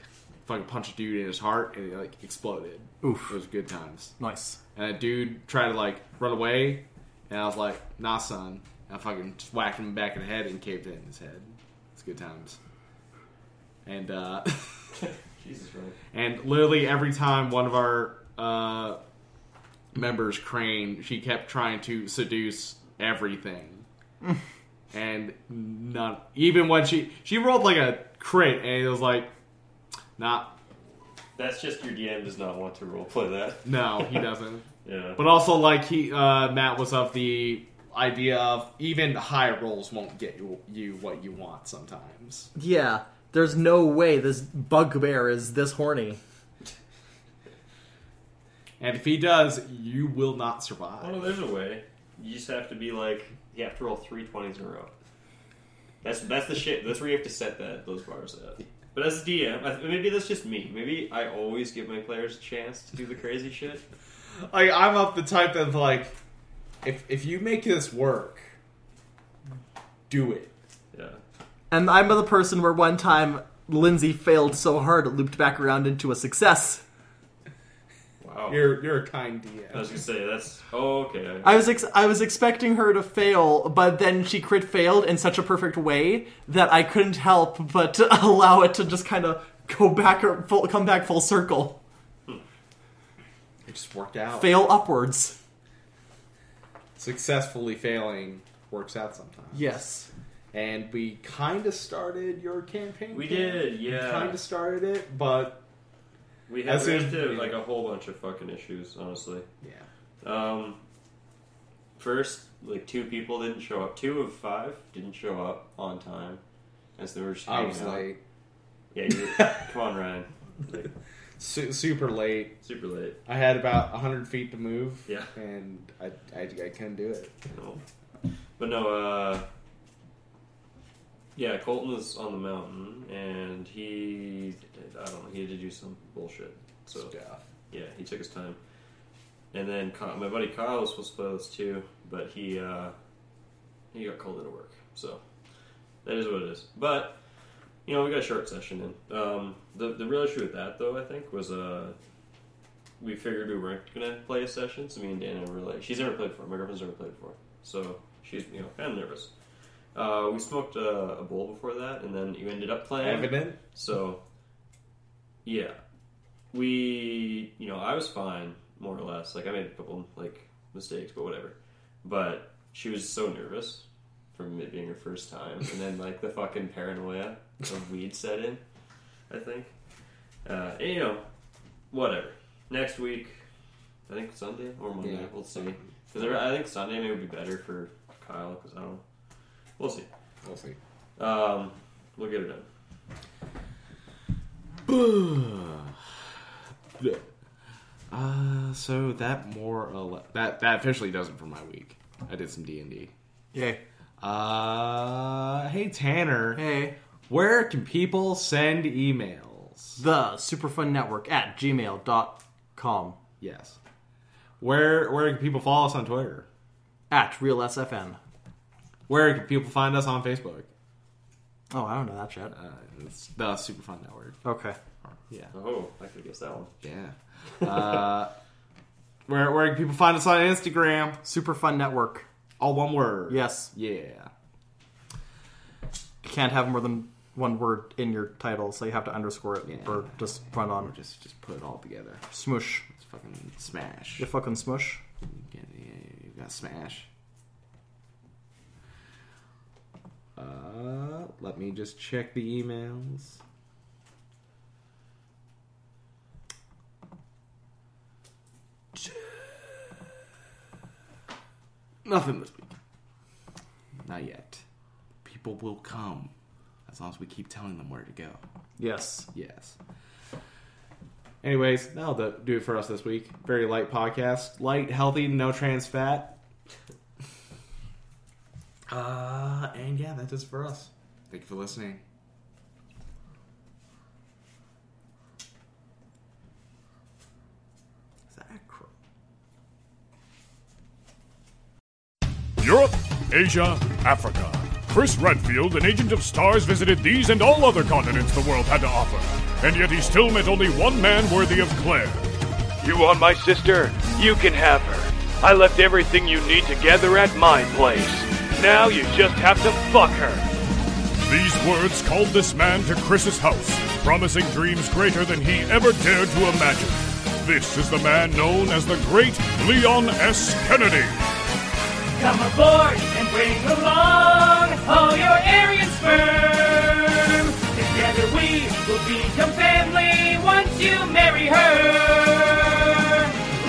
A: Fucking punched a dude in his heart, and it like exploded.
B: Oof.
A: It was good times.
B: Nice.
A: And that dude tried to like run away, and I was like, "Nah, son." And I fucking just whacked him back in the head and caved it in his head. It's good times. And uh,
E: Jesus Christ.
A: and literally every time one of our uh, members, Crane, she kept trying to seduce everything, and none. Even when she she rolled like a crit, and it was like, "Nah,
E: That's just your DM does not want to roleplay that.
A: no, he doesn't."
E: Yeah.
A: But also, like he uh, Matt was of the idea of even high rolls won't get you, you what you want sometimes.
B: Yeah. There's no way this bugbear is this horny.
A: And if he does, you will not survive.
E: Oh, no, there's a way. You just have to be like, you have to roll three twenties in a row. That's that's the shit. That's where you have to set that those bars at. But as a DM, I, maybe that's just me. Maybe I always give my players a chance to do the crazy shit.
A: Like I'm of the type of like, if if you make this work, do it.
E: Yeah.
B: And I'm the person where one time Lindsay failed so hard it looped back around into a success.
E: Wow.
A: You're you're a kind
E: I was
A: DM.
E: gonna say that's. Oh, okay.
B: I was ex- I was expecting her to fail, but then she crit failed in such a perfect way that I couldn't help but to allow it to just kind of go back or full, come back full circle,
A: It just worked out.
B: fail upwards.
A: Successfully failing works out sometimes.
B: Yes.
A: And we kind of started your campaign.
E: We did, yeah.
A: Kind of started it, but
E: we had
A: As
E: we
A: in-
E: had to, like a whole bunch of fucking issues, honestly.
A: yeah.
E: Um, first, like two people didn't show up. Two of five didn't show up on time, and so they were just
A: I
E: hanging
A: was
E: out.
A: like
E: yeah, you come on, Ryan, like,
A: su- super late.
E: super late.
A: I had about 100 feet to move.
E: Yeah.
A: And I, I, I couldn't do it.
E: No. But no, uh, yeah, Colton was on the mountain, and he, I don't know, he had to do some bullshit. So
A: Stuff.
E: yeah, he took his time. And then Ky- my buddy Kyle was supposed to play this too, but he uh, he got called into work, so that is what it is. But you know, we got a short session in. Um, the the real issue with that though, I think, was uh, we figured we weren't gonna play a session, so me and Dana were like, she's never played before, my girlfriend's never played before, so she's you know kind of nervous. Uh, we smoked uh, a bowl before that, and then you ended up playing.
A: Evident?
E: So Yeah. We, you know, I was fine, more or less. Like, I made a couple, like, mistakes, but whatever. But she was so nervous from it being her first time. And then, like, the fucking paranoia of weed set in, I think. Uh, and, you know, whatever. Next week, I think Sunday or Monday,
A: Yeah.
E: we'll see. 'Cause I I think Sunday maybe would be better for Kyle, because I don't We'll see.
A: We'll see.
E: Um, we'll get it done.
A: Uh, so that more or le- that that officially does it for my week. I did some D and D.
B: Yay.
A: Uh, hey Tanner,
B: Hey.
A: where can people send emails?
B: The Superfund Network at gmail.com.
A: Yes. Where where can people follow us on Twitter?
B: At RealSFN.
A: Where can people find us on Facebook?
B: Oh, I don't know that yet.
A: Uh, it's the Superfund Network.
B: Okay.
A: Yeah.
E: Oh, I could guess that one.
A: Yeah. Uh, where where can people find us on Instagram?
B: Superfund Network.
A: All one word.
B: Yes.
A: Yeah.
B: You can't have more than one word in your title, so you have to underscore it
A: Yeah.
B: or just run
A: Or
B: on.
A: just just put it all together.
B: Smush.
A: It's fucking smash.
B: You fucking smush.
A: Yeah, yeah, you got smash. Uh, let me just check the emails. Nothing this week. Not yet. People will come as long as we keep telling them where to go.
B: Yes.
A: Yes. Anyways, that'll do- do it for us this week. Very light podcast. Light, healthy, no trans fat. Uh, and yeah, that does it for us. Thank you for listening. Is that a crow?
F: Europe, Asia, Africa. Chris Redfield, an agent of stars, visited these and all other continents the world had to offer. And yet he still met only one man worthy of Claire.
G: You want my sister? You can have her. I left everything you need together at my place. Now you just have to fuck her.
F: These words called this man to Chris's house, promising dreams greater than he ever dared to imagine. This is the man known as the great Leon S. Kennedy.
G: Come aboard and bring along all your Aryan sperm. Together we will become family once you marry her.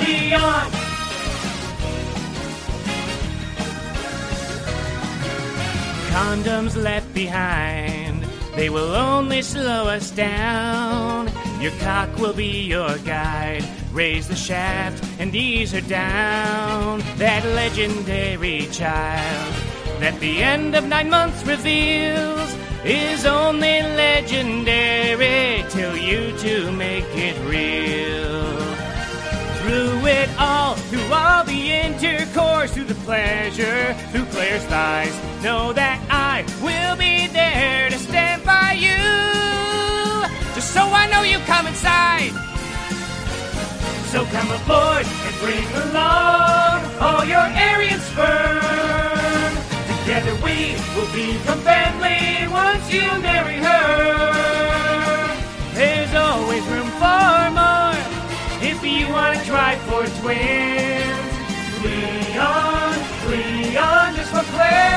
G: Leon. Condoms left behind, they will only slow us down. Your cock will be your guide. Raise the shaft and ease her down. That legendary child that the end of nine months reveals is only legendary till you two make it real through it all, through all the intercourse, through the pleasure, through Claire's thighs. Know that I will be there to stand by you, just so I know you come inside. So come aboard and bring along all your Aryan sperm. Together we will become family once you marry her. There's always room for more if you want to try for twins. Leon, Leon, just for play.